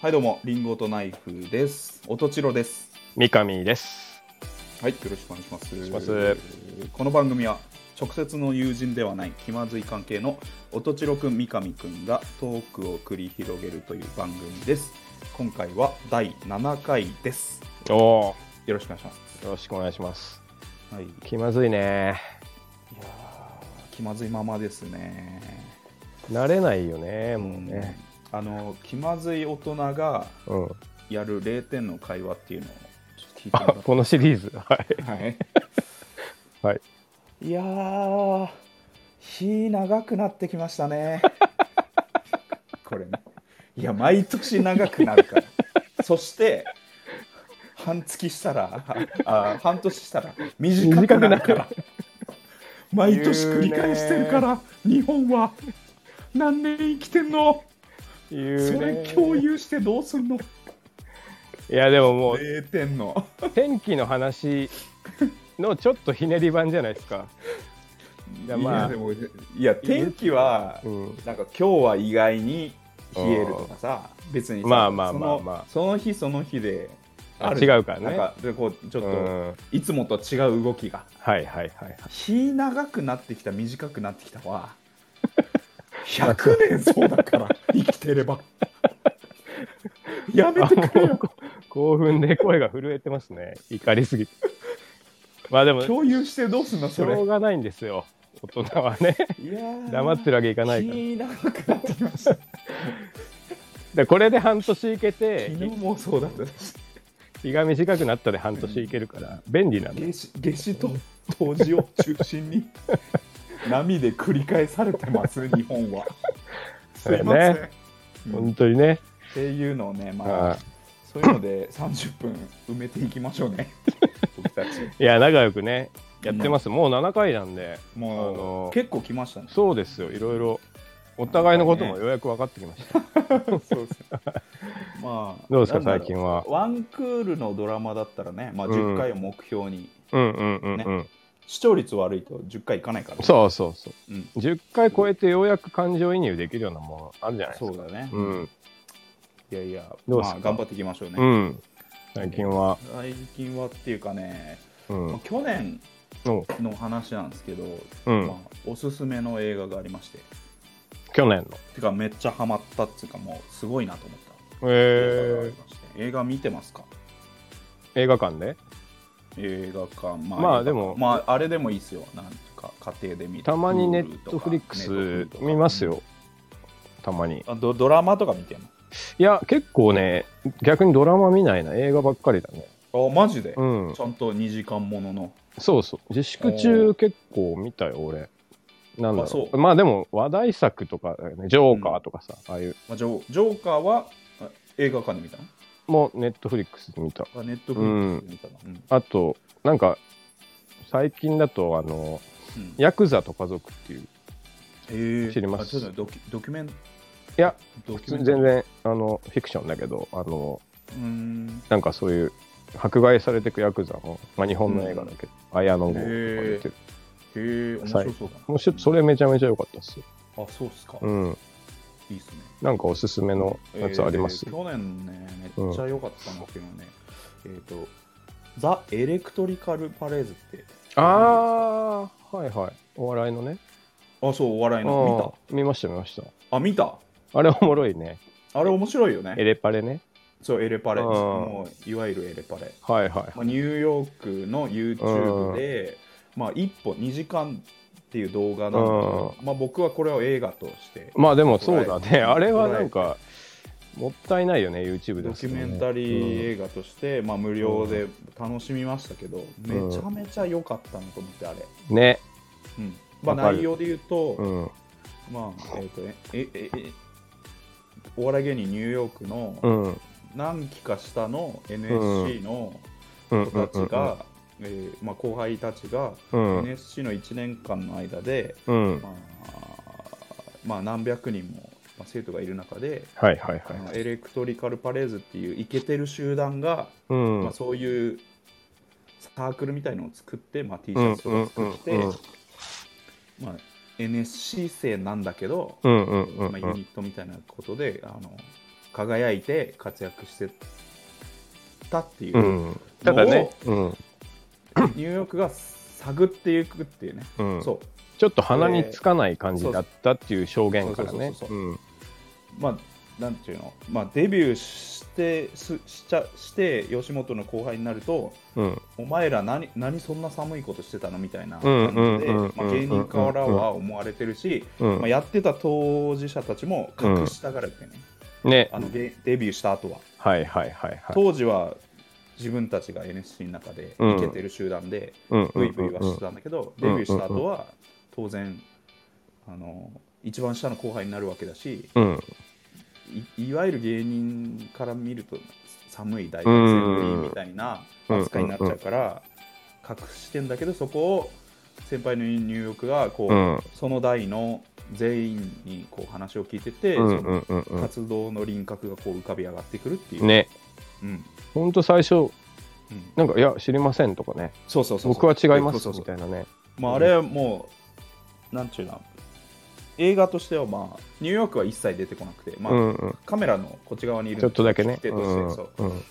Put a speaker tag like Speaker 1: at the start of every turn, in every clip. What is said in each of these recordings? Speaker 1: はいどうもリンゴとナイフです。おとちろです。
Speaker 2: 三上です。
Speaker 1: はいよろしくお願いします。
Speaker 2: します
Speaker 1: この番組は直接の友人ではない気まずい関係のおとちろくん三上くんがトークを繰り広げるという番組です。今回は第7回です。
Speaker 2: おお、
Speaker 1: よろしくお願いします。
Speaker 2: よろしくお願いします。
Speaker 1: はい。い
Speaker 2: 気まずいね。
Speaker 1: やー気まずいままですね。
Speaker 2: 慣れないよね、もうね。
Speaker 1: うん。あの気まずい大人が
Speaker 2: うん。
Speaker 1: やる0点の会話っていうのをちょっと聞いても
Speaker 2: あ
Speaker 1: らっ
Speaker 2: このシリーズ。 はい。
Speaker 1: て。はい。
Speaker 2: はい。
Speaker 1: いやー、日長くなってきましたね。これね。いや、毎年長くなるから。そして、半月したら、あ半年したら短くなるから。毎年繰り返してるから、日本は何年生きてんの
Speaker 2: 言
Speaker 1: それ共有してどうすんの
Speaker 2: いや、でももう、
Speaker 1: ?0 点の。
Speaker 2: 天気の話のちょっとひねり版じゃないですか。
Speaker 1: い
Speaker 2: やまあ
Speaker 1: でもいや、天気は
Speaker 2: う、ん。
Speaker 1: なんか今日は意外に冷えるとかさ別にさ
Speaker 2: まあまあまあまあ
Speaker 1: そのその日その日で
Speaker 2: あ
Speaker 1: るじゃん
Speaker 2: 違うからね
Speaker 1: なんかでこうちょっ
Speaker 2: う
Speaker 1: と
Speaker 2: ん。
Speaker 1: いつもと違う動きが
Speaker 2: はいはいはい。
Speaker 1: 日長くなってきた短くなってきた は100年そうだから生きてればやめてくれよ
Speaker 2: 興奮で声が震えてますね。怒りすぎて。まあでも、し
Speaker 1: 共有してどうすんのそ れ
Speaker 2: ょうがないんですよ。大人はね。
Speaker 1: いやー
Speaker 2: 黙ってるわけいかないから。
Speaker 1: 日長くなってきま した
Speaker 2: でこれで半年いけて
Speaker 1: 昨日もそうだったし
Speaker 2: 日が短くなったで半年いけるから便利なんだよ
Speaker 1: 夏至夏至と冬至を中心 に波で繰り返されてます日本は。
Speaker 2: そう
Speaker 1: す
Speaker 2: だね
Speaker 1: いませんうんっ
Speaker 2: 本当にね
Speaker 1: ていうのをね、ま
Speaker 2: は
Speaker 1: あ、そういうので30分埋めていきましょう ね、僕たち。
Speaker 2: いや仲良くねやってますもう7回なんであ
Speaker 1: も
Speaker 2: の
Speaker 1: う結構来ましたね。
Speaker 2: そうですよいろいろお互いのこともようやく分かってきました
Speaker 1: そうですまあ、
Speaker 2: どうですか
Speaker 1: なんだろ
Speaker 2: 最近は
Speaker 1: ワンクールのドラマだったらね、まあ、
Speaker 2: うん
Speaker 1: 10回を目標に、
Speaker 2: うんうんうんうん
Speaker 1: 視聴率悪いと10回いかないから、
Speaker 2: そうそうそう
Speaker 1: うん
Speaker 2: 10回超えてようやく感情移入できるようなものあるじゃないです
Speaker 1: そう
Speaker 2: か
Speaker 1: だね。
Speaker 2: うん
Speaker 1: いやいや、
Speaker 2: どうです
Speaker 1: ま
Speaker 2: か
Speaker 1: あ、頑張っていきましょうね。
Speaker 2: うん最近は
Speaker 1: 最近はっていうかね、
Speaker 2: うん
Speaker 1: まあ去年
Speaker 2: お
Speaker 1: の話なんですけど、
Speaker 2: うん
Speaker 1: まあ、おすすめの映画がありまして
Speaker 2: 去年の
Speaker 1: てかめっちゃハマったっつうかもうすごいなと思った映画があ
Speaker 2: え
Speaker 1: りまして映画見てますか
Speaker 2: ー映画館で
Speaker 1: 映画館ま
Speaker 2: まあ
Speaker 1: 映画館
Speaker 2: でも
Speaker 1: まああれでもいいですよなんか家庭で見る
Speaker 2: たまにネ
Speaker 1: Hulu
Speaker 2: ッ
Speaker 1: と
Speaker 2: ト
Speaker 1: か
Speaker 2: フリックス
Speaker 1: Netflix とか
Speaker 2: 見ますよたまに
Speaker 1: あドドラマとか見てん
Speaker 2: いや、結構ね、逆にドラマ見ないな、映画ばっかりだね。
Speaker 1: のあマジで、
Speaker 2: うん
Speaker 1: ち、ゃんと2時間ものの
Speaker 2: そうそう。自粛
Speaker 1: お
Speaker 2: 中結構見たよ、俺。なんだ
Speaker 1: あそ
Speaker 2: ろ
Speaker 1: う
Speaker 2: う。まあでも、話題作とかだよね、ジョーカーとかさ、ああいう、
Speaker 1: まあジョジョーカーはあ映画館で見たの
Speaker 2: もうネットフリックスで見た。
Speaker 1: あネットフリックスで見たの、うん
Speaker 2: あと、なんか、最近だと、あの、
Speaker 1: うん
Speaker 2: ヤクザと家族っていう、
Speaker 1: えー
Speaker 2: 知ります
Speaker 1: あちょっとドキュドキュメンい
Speaker 2: や、
Speaker 1: ドキュメ
Speaker 2: 全
Speaker 1: ンタリー
Speaker 2: 然、あの、フィクションだけど、あの、
Speaker 1: うーん
Speaker 2: なんかそういう、迫害されてくヤクザの、まあ日本の映画だけど、綾野剛とか出てる。
Speaker 1: へえ面白そうだな
Speaker 2: もうしそれめちゃめちゃ良かったっすよ。
Speaker 1: あそうっすか、
Speaker 2: う
Speaker 1: い
Speaker 2: ん。
Speaker 1: いっすね
Speaker 2: なんかおすすめのやつあります、
Speaker 1: えー去年ねめっちゃ良かったんだけどね、えっ、と「ザ・エレクトリカル・パレーズ」って
Speaker 2: ああはいはいお笑いのね
Speaker 1: あそうお笑いの
Speaker 2: あー見ました見ました
Speaker 1: 見たあ見た
Speaker 2: あれおもろいね
Speaker 1: あれ面白いよ
Speaker 2: エ
Speaker 1: ね
Speaker 2: レパレね
Speaker 1: そうエレパレ
Speaker 2: うん
Speaker 1: もういわゆるエレパレ、
Speaker 2: はいはい
Speaker 1: まあ、ニューヨークの YouTube で、まあ1本2時間っていう動画なの、まあ僕はこれを映画として
Speaker 2: まあでもそうだ
Speaker 1: 捉えて
Speaker 2: ねあれはなんかもったいないよね YouTube で
Speaker 1: ド
Speaker 2: す
Speaker 1: キ
Speaker 2: ね
Speaker 1: ュメンタリー映画として、まあ、無料で楽しみましたけど、めちゃめちゃ良かったなと思ってあれ、
Speaker 2: うんね
Speaker 1: うんまあ、
Speaker 2: わかる
Speaker 1: 内容で言うと、
Speaker 2: うん
Speaker 1: まあえっ、とええええお笑い芸人ニューヨークの
Speaker 2: うんうん
Speaker 1: 何期か下の NSC の
Speaker 2: うん
Speaker 1: 子たちが、えーまあ、後輩たちが
Speaker 2: うん
Speaker 1: NSC の1年間の間で、
Speaker 2: うんうん
Speaker 1: まあ、まあ何百人もまあ生徒がいる中で、
Speaker 2: はいはいはい
Speaker 1: あのエレクトリカル・パレーズっていうイケてる集団が
Speaker 2: うん
Speaker 1: まあ、そういうサークルみたいのを作って、まあ、T シャツとか作って、
Speaker 2: うんうんうん
Speaker 1: まあ、NSC 生なんだけど、
Speaker 2: うんうんうん
Speaker 1: まあ、ユニットみたいなことであの輝いて活躍してたっていう、
Speaker 2: うん、ただね、うん
Speaker 1: ニューヨークが探っていくっていうね、
Speaker 2: うん、
Speaker 1: そ
Speaker 2: ちょっと鼻につかない感じだったっていう証言からね
Speaker 1: そうそうそう
Speaker 2: う
Speaker 1: そ
Speaker 2: ん
Speaker 1: うまあなんていうの、まあ、デビューしてすしちゃして吉本の後輩になると
Speaker 2: うん
Speaker 1: お前ら何何そんな寒いことしてたのみたいな
Speaker 2: うん
Speaker 1: 感じで
Speaker 2: うんうん
Speaker 1: ま
Speaker 2: う
Speaker 1: あ
Speaker 2: ん
Speaker 1: 芸人からは思われてるし、
Speaker 2: うん
Speaker 1: まあ、やってた当事者たちも隠したがるってね、
Speaker 2: ね
Speaker 1: あのデデビューした後は
Speaker 2: はいはいはいはい
Speaker 1: 当時は自分たちが NSC の中で
Speaker 2: うん
Speaker 1: いけてる集団で
Speaker 2: うんう
Speaker 1: ブイ
Speaker 2: んう
Speaker 1: ブイはして
Speaker 2: ん
Speaker 1: たんだけど、
Speaker 2: うんうん
Speaker 1: デビューした後は当然あの一番下の後輩になるわけだし
Speaker 2: うん
Speaker 1: いいわゆる芸人から見ると寒い大学生ぶりみたいな扱いになっちゃうから隠してんだけどそこを先輩のニューヨークがこう、
Speaker 2: うん
Speaker 1: その代の全員にこう話を聞いてて、
Speaker 2: うん
Speaker 1: そ
Speaker 2: うんうん
Speaker 1: の活動の輪郭がこう浮かび上がってくるっていうう。
Speaker 2: んね
Speaker 1: うん
Speaker 2: ほんと最初
Speaker 1: うん
Speaker 2: なんかいや知りませんとかね
Speaker 1: そうそうそうそう
Speaker 2: 僕は違います
Speaker 1: そうそう
Speaker 2: み
Speaker 1: そう
Speaker 2: たいなね
Speaker 1: まああれはもうなんちゅうな映画としてはまあニューヨークは一切出てこなくてまあ、
Speaker 2: うんうん
Speaker 1: カメラのこっち側にいる
Speaker 2: ちょっとだけね
Speaker 1: 聞き手としてそう
Speaker 2: うんうん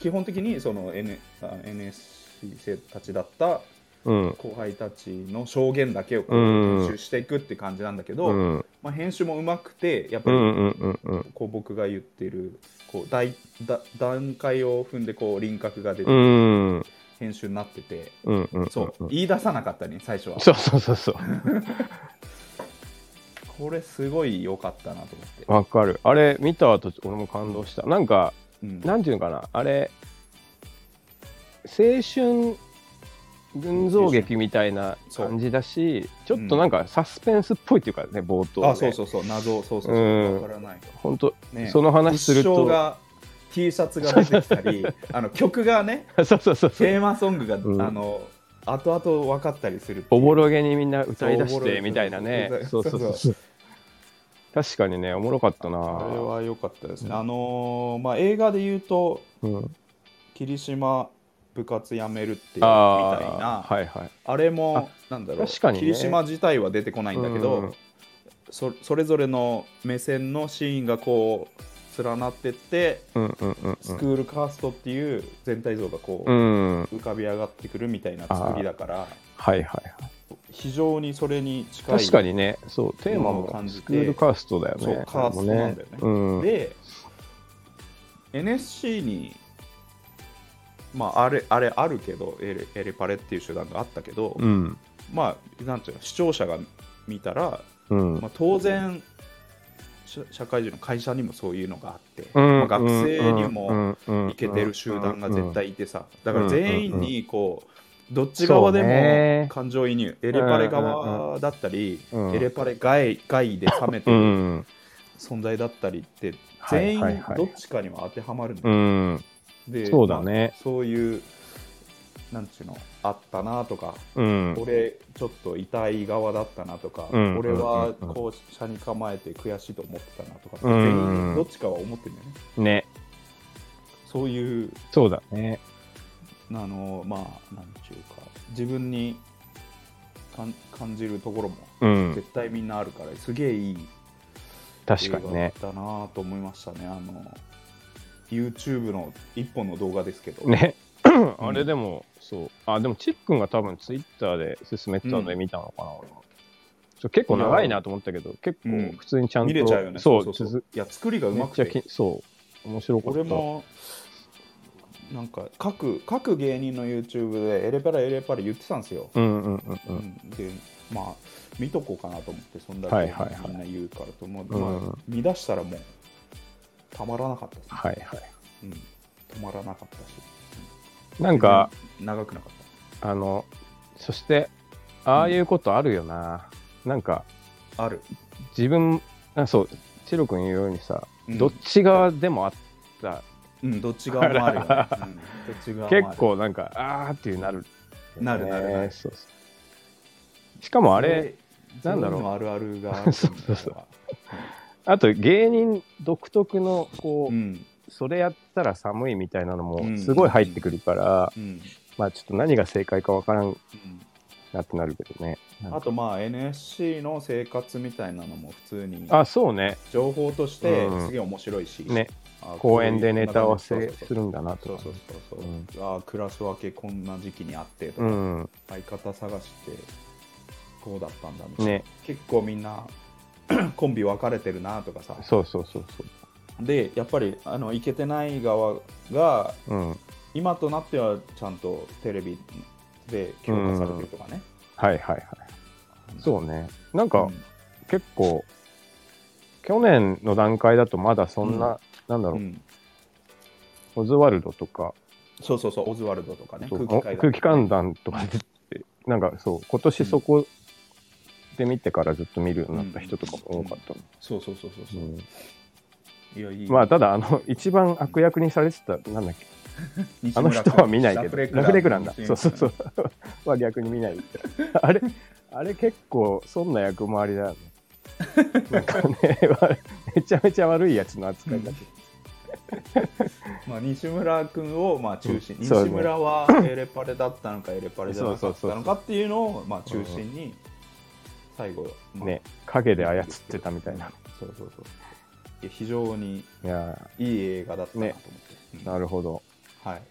Speaker 1: 基本的にその N あ NSC 生たちだった
Speaker 2: うん
Speaker 1: 後輩たちの証言だけをこう
Speaker 2: うん
Speaker 1: 編集していくって感じなんだけど、
Speaker 2: うん
Speaker 1: まあ、編集もうまくてやっぱ
Speaker 2: う
Speaker 1: り
Speaker 2: んうんうんうん
Speaker 1: こう僕が言ってるこう大だ段階を踏んでこう輪郭が出
Speaker 2: う
Speaker 1: て
Speaker 2: ん
Speaker 1: 編集になってて、
Speaker 2: うんうん
Speaker 1: そう
Speaker 2: うん
Speaker 1: 言い出さなかったね最初は
Speaker 2: そうそうそうそう
Speaker 1: これすごい良かったなと思って、
Speaker 2: わかるあれ見た後俺も感動したなんか
Speaker 1: うん
Speaker 2: なんていうのかなあれ青春群像劇みたいな感じだしちょっとなんかサスペンスっぽいっていうかね冒頭ね
Speaker 1: あそうそうそう謎そうそうそう
Speaker 2: うん
Speaker 1: わからない
Speaker 2: 本当
Speaker 1: ね
Speaker 2: その話する
Speaker 1: 物証
Speaker 2: と
Speaker 1: が T シャツが出てきた りあの曲がね
Speaker 2: そうそうそうそう
Speaker 1: テーマソングが、
Speaker 2: うん
Speaker 1: あの後々分かったりする
Speaker 2: おぼろげにみんな歌い出
Speaker 1: そうおぼ
Speaker 2: し
Speaker 1: ろげ
Speaker 2: てみたいなね
Speaker 1: そ
Speaker 2: そう
Speaker 1: そ
Speaker 2: うそうう
Speaker 1: そう
Speaker 2: そう確かにねおもろかったな
Speaker 1: あれは良かったですね、あのーまあ映画で言うと
Speaker 2: うん、
Speaker 1: 霧島部活やめるっていうみたいな
Speaker 2: あ
Speaker 1: あ,、
Speaker 2: ーはいはい
Speaker 1: れもなんだろう
Speaker 2: 確かにね
Speaker 1: 霧島自体は出てこないんだけど、
Speaker 2: うん
Speaker 1: そそれぞれの目線のシーンがこう連なってって
Speaker 2: うんうんうん
Speaker 1: スクールカーストっていう全体像がこう、
Speaker 2: うんうん
Speaker 1: 浮かび上がってくるみたいな作りだから
Speaker 2: はいはいはい
Speaker 1: 非常にそれに近い
Speaker 2: 確かにねそうテー
Speaker 1: も
Speaker 2: マ
Speaker 1: のを
Speaker 2: も
Speaker 1: 感じて
Speaker 2: スクールカーストだよね
Speaker 1: そうカーストなんだよね
Speaker 2: うん、
Speaker 1: で NSC にまああれあれあるけどエレエレパレっていう手段があったけど、
Speaker 2: うん
Speaker 1: まあなんていうの視聴者が見たら、
Speaker 2: うん
Speaker 1: まあ、当然社社会人の会社にもそういうのがあって、
Speaker 2: うん
Speaker 1: まあ、学生にも、
Speaker 2: も
Speaker 1: いけてる集団が絶対いてさだ
Speaker 2: ん
Speaker 1: から全員にこうどっち側で
Speaker 2: そうね
Speaker 1: も感情移入エレパレ側だったり
Speaker 2: うん
Speaker 1: エレパレ外外で冷めて
Speaker 2: う
Speaker 1: る
Speaker 2: ん
Speaker 1: 存在だったりって
Speaker 2: はい
Speaker 1: 全員
Speaker 2: はいはい
Speaker 1: どっちかには当てはまるん
Speaker 2: う
Speaker 1: だ
Speaker 2: ん
Speaker 1: で
Speaker 2: そうだね
Speaker 1: まあそういうなんちゅうのあったなとか
Speaker 2: うん
Speaker 1: 俺ちょっと痛い側だったなとか
Speaker 2: うん
Speaker 1: 俺はこう車に構えて悔しいと思ってたなとか
Speaker 2: うん
Speaker 1: 全員どっちかは思ってるんだよね
Speaker 2: ね
Speaker 1: そういう
Speaker 2: そうだね
Speaker 1: あのまあなんちゅうか自分に感感じるところも
Speaker 2: うん
Speaker 1: 絶対みんなあるから、すげえいい
Speaker 2: 確かにね
Speaker 1: だなと思いましたねあの YouTube の一本の動画ですけど、
Speaker 2: ねあれでもそうあでもチックンが多分ツイッターで勧めてたので見たのかな俺はそう結構長いなと思ったけど結
Speaker 1: うん
Speaker 2: 構普通にちゃんと
Speaker 1: 見れちゃうよね
Speaker 2: そう
Speaker 1: そう
Speaker 2: 続
Speaker 1: いや作りがう
Speaker 2: めっ
Speaker 1: まく
Speaker 2: ちゃ
Speaker 1: て
Speaker 2: きそう面白かった
Speaker 1: 俺もなんか各各芸人の YouTube でエレパラエレパラ言ってたんですよ、
Speaker 2: うんうんうんう
Speaker 1: うんんでまあ見とこうかなと思ってそんだ
Speaker 2: はい
Speaker 1: け
Speaker 2: はいはい
Speaker 1: みんな言うからと思う、
Speaker 2: う
Speaker 1: まあ
Speaker 2: ん、
Speaker 1: 見出したらもうたまらなかったですね
Speaker 2: はいはい
Speaker 1: うん、止まらなかったし、
Speaker 2: なんか
Speaker 1: 長くなかっ
Speaker 2: あのそしてああいうことあるよな、なんか
Speaker 1: た。ある。
Speaker 2: 自分あそうチロ君言うようにさ、
Speaker 1: うん
Speaker 2: どっち側でもあった
Speaker 1: うん、どっち側もあるよ、ねうん。どっち側もある
Speaker 2: 結構なんかあーっていうなる、
Speaker 1: なるなるなる
Speaker 2: そうそうしかもあれ、
Speaker 1: そう
Speaker 2: なんだろう
Speaker 1: そういうのあるあるがあるんだよ
Speaker 2: そうそうそうあと芸人独特のこ
Speaker 1: う
Speaker 2: う、
Speaker 1: ん、
Speaker 2: それやったら寒いみたいなの
Speaker 1: う
Speaker 2: も
Speaker 1: ん
Speaker 2: すごい入ってくるから、
Speaker 1: うん、
Speaker 2: まあちょっと何が正解かわからん
Speaker 1: うん
Speaker 2: なってなるけどね。なんか
Speaker 1: あとまあ NSC の生活みたいなのも普通に
Speaker 2: あ、そうね。
Speaker 1: 情報として
Speaker 2: うん
Speaker 1: すげえ面白いし、
Speaker 2: ね、
Speaker 1: あこ
Speaker 2: 公
Speaker 1: ういう
Speaker 2: 園でネタ合わせ
Speaker 1: そう
Speaker 2: するんだなと
Speaker 1: そう
Speaker 2: か
Speaker 1: そうそうそう、
Speaker 2: うん
Speaker 1: あークラス分けこんな時期にあってとか、
Speaker 2: うん。
Speaker 1: 相方探してこうだったんだみたいな、
Speaker 2: ね。
Speaker 1: 結構みんな コンビ分かれてるなとかさ
Speaker 2: そうそうそう
Speaker 1: でやっぱりあのイケてない側が
Speaker 2: そう。うん。
Speaker 1: 今となってはちゃんとテレビで強化されてるとかね、
Speaker 2: はいはいはい。そうね。なん
Speaker 1: う
Speaker 2: か結構、去年の段階だとまだそんな、なんだ
Speaker 1: ん
Speaker 2: ろ
Speaker 1: う
Speaker 2: う、
Speaker 1: ん
Speaker 2: オズワルドとか、
Speaker 1: そうそうそうオズワルドとかね
Speaker 2: そう
Speaker 1: 空気階段
Speaker 2: 空気階段とかで、なんかそう、今年そこで見てからずっと見るようになった人とかも多かったな
Speaker 1: そうそうそうそうそう、
Speaker 2: うん
Speaker 1: いやいい
Speaker 2: まあただあの一番悪役にされてたなんだっけあの人は見ないけどラフレクランだそうそうそうは逆に見ないあれあれ結構そんな役回りだよねなんかね わめちゃめちゃ悪いやつの扱いだけ
Speaker 1: まあ、西村君をまあ中心、
Speaker 2: うん
Speaker 1: 西
Speaker 2: そうね
Speaker 1: 村はエレパレだったのかエレパレじゃなかったのかっていうのをまあ中心に最後、まあ
Speaker 2: ね影で操ってたみたいな
Speaker 1: そうそうそういや非常に
Speaker 2: いや
Speaker 1: いい映画だったなと思って、
Speaker 2: ー
Speaker 1: うん
Speaker 2: なるほど
Speaker 1: はい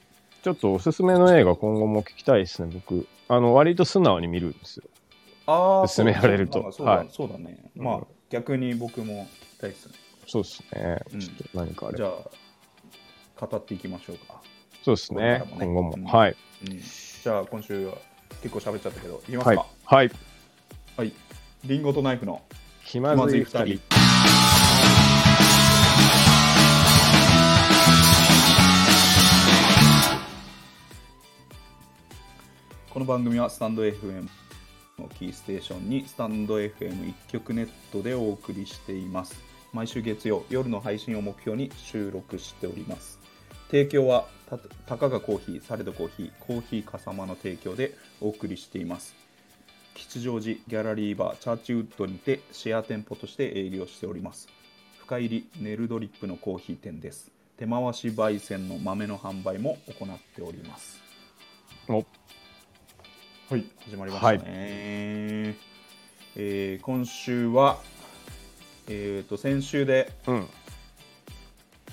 Speaker 2: ちょっとおすすめの映画今後も聞きたいですね僕あの割と素直に見るんですよ
Speaker 1: ああ
Speaker 2: 勧められると
Speaker 1: そうだ,、
Speaker 2: はい
Speaker 1: そうだね、
Speaker 2: うん
Speaker 1: まあ逆に僕も聞きたいですね
Speaker 2: そうですね、
Speaker 1: うん
Speaker 2: ちょっと何かあれ
Speaker 1: じ
Speaker 2: ば
Speaker 1: ゃあ語っていきましょうか、
Speaker 2: そうですね
Speaker 1: これから
Speaker 2: 今
Speaker 1: も
Speaker 2: 後
Speaker 1: ね
Speaker 2: も、はい
Speaker 1: うん、じゃあ今週は結構喋っちゃったけどいきますか
Speaker 2: はいはい
Speaker 1: はい、リンゴとナイフの
Speaker 2: 気
Speaker 1: 気
Speaker 2: ま
Speaker 1: ま
Speaker 2: ず
Speaker 1: ず
Speaker 2: い
Speaker 1: い
Speaker 2: 二
Speaker 1: 2
Speaker 2: 人
Speaker 1: 人この番組はスタンド FM のキーステーションにスタンド FM 一曲ネットでお送りしています毎週月曜夜の配信を目標に収録しております提供はたたかがコーヒーサレドコーヒーコーヒーかさまの提供でお送りしています吉祥寺ギャラリーバーチャーチウッドにてシェア店舗として営業しております深入りネルドリップのコーヒー店です手回し焙煎の豆の販売も行っております
Speaker 2: お
Speaker 1: はい始まりましたね、
Speaker 2: はい
Speaker 1: えー今週はえっ、と先週で
Speaker 2: うん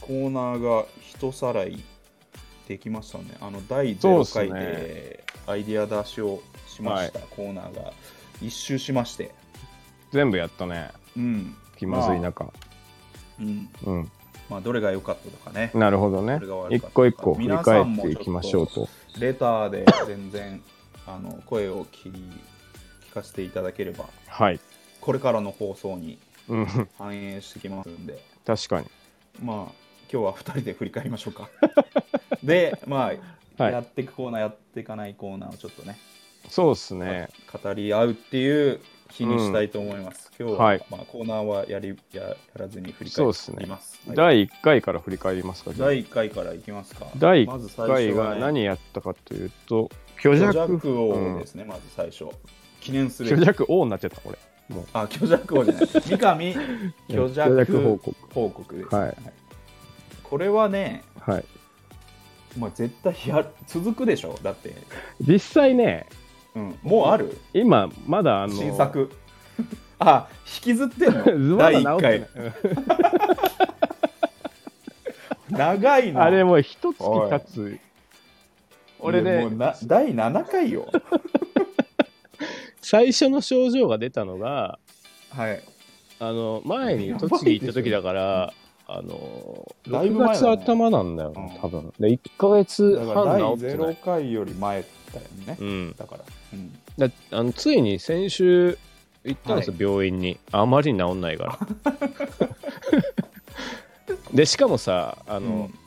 Speaker 1: コーナーが一さらいできましたね。あの第
Speaker 2: そうっ
Speaker 1: 0
Speaker 2: す
Speaker 1: 回
Speaker 2: ね
Speaker 1: でアイディア出しをしました、コーナーが一周しまして、
Speaker 2: 全部やったね
Speaker 1: うん、
Speaker 2: 気まずい
Speaker 1: まあ
Speaker 2: 中、
Speaker 1: うん
Speaker 2: うん
Speaker 1: まあ、どれが良かったとかね、
Speaker 2: なるほどね
Speaker 1: これが悪
Speaker 2: 一
Speaker 1: かった
Speaker 2: 個一個振り返っていきましょうと
Speaker 1: レターで全然あの声を聞聞かせていただければ、
Speaker 2: はい、
Speaker 1: これからの放送に
Speaker 2: うん、
Speaker 1: 反映してきますんで、
Speaker 2: 確かに
Speaker 1: まあ、今日は2人で振り返りましょ うか。で、まあ、
Speaker 2: はい
Speaker 1: やっていくコーナー、やっていかないコーナーをちょっとね、
Speaker 2: そうっすね
Speaker 1: 語り合うっていう日にしたいと思います。今日は、
Speaker 2: はい
Speaker 1: まあ、コーナーはやりややらずに振り
Speaker 2: そう
Speaker 1: 返
Speaker 2: っすね
Speaker 1: ります。はい
Speaker 2: 第1回から振り返りますかじゃあ
Speaker 1: 第1回からいきますか。
Speaker 2: 第
Speaker 1: まず
Speaker 2: 1
Speaker 1: 最初は
Speaker 2: 回が
Speaker 1: ね
Speaker 2: 何やったかというと虚
Speaker 1: 巨
Speaker 2: 弱
Speaker 1: 弱
Speaker 2: う
Speaker 1: 王
Speaker 2: ん
Speaker 1: ですね、まず最初。記念すべ
Speaker 2: 虚
Speaker 1: き。
Speaker 2: 弱王になっちゃったこれもう
Speaker 1: あ、巨弱 王じゃない。三 上巨
Speaker 2: 虚
Speaker 1: 弱
Speaker 2: 報
Speaker 1: 報告
Speaker 2: 告
Speaker 1: です、
Speaker 2: はい
Speaker 1: これはね、
Speaker 2: はい
Speaker 1: まあ、絶対や続くでしょ、だって。
Speaker 2: 実際ね
Speaker 1: うん、もうある
Speaker 2: 今まだあの
Speaker 1: 新作。 あ、引きずってんの
Speaker 2: まだ
Speaker 1: 第
Speaker 2: 治っ
Speaker 1: 1
Speaker 2: てない
Speaker 1: 回。長い
Speaker 2: うん
Speaker 1: な。
Speaker 2: あれもう一月経つ俺
Speaker 1: いや
Speaker 2: ね
Speaker 1: もうな第7回よ。
Speaker 2: 最初の症状が出たのが
Speaker 1: はい。
Speaker 2: あの前に
Speaker 1: やばいでしょ
Speaker 2: 栃木行った時だから、あの
Speaker 1: だいぶ
Speaker 2: 6
Speaker 1: 前だ
Speaker 2: 月
Speaker 1: ね
Speaker 2: 頭なんだよ、
Speaker 1: うん
Speaker 2: 多分で1ヶ月
Speaker 1: だから第
Speaker 2: 半治ってない
Speaker 1: 0、回より前だよね。
Speaker 2: うん、
Speaker 1: だから。うん
Speaker 2: だあのついに先週行ったんですよ、
Speaker 1: は
Speaker 2: 病院にあまり治んないから でしかもさあの、
Speaker 1: うん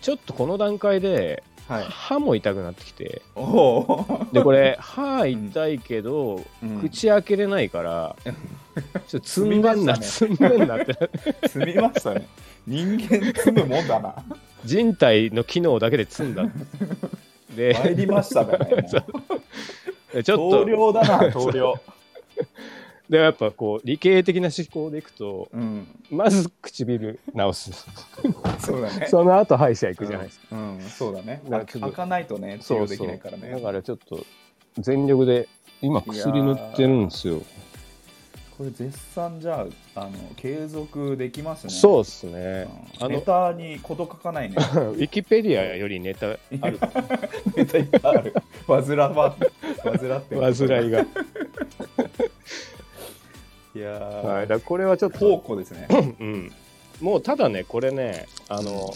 Speaker 2: ちょっとこの段階で
Speaker 1: はい。
Speaker 2: 歯も痛くなってきて
Speaker 1: おお。
Speaker 2: でこれ歯痛いけど、
Speaker 1: うん
Speaker 2: 口開けれないから、ちょっと積んでんな、
Speaker 1: 積
Speaker 2: 積んでんなって
Speaker 1: 積みましたね。人間積むもんだな。
Speaker 2: 人体の機能だけで積んだ
Speaker 1: 参
Speaker 2: で
Speaker 1: りました ね。
Speaker 2: ちょっ
Speaker 1: もう
Speaker 2: と
Speaker 1: 棟梁だな、棟梁。
Speaker 2: でやっぱこう理系的な思考でいくと
Speaker 1: うん。
Speaker 2: まず唇直す
Speaker 1: そうだね。
Speaker 2: その後歯医者行くじゃないですか、
Speaker 1: うん、そうだね。
Speaker 2: なんかちょっと
Speaker 1: 開かないとね、治
Speaker 2: そ
Speaker 1: 療
Speaker 2: う
Speaker 1: で
Speaker 2: そ
Speaker 1: き
Speaker 2: う
Speaker 1: ないからね
Speaker 2: だ。からちょっと全力で、今薬塗ってるんですよ。
Speaker 1: これ絶賛じゃああの継続できますね
Speaker 2: そうですね。
Speaker 1: うん
Speaker 2: あ
Speaker 1: ネ
Speaker 2: の、
Speaker 1: タに事書かないね
Speaker 2: ウィキペディアよりネタある。
Speaker 1: ネタいっぱいある煩わ煩ってる
Speaker 2: 煩いが。
Speaker 1: いやー、
Speaker 2: はい、だからこれはちょっ
Speaker 1: 宝
Speaker 2: と、
Speaker 1: 庫ですね
Speaker 2: うん。もうただね、これね、あの、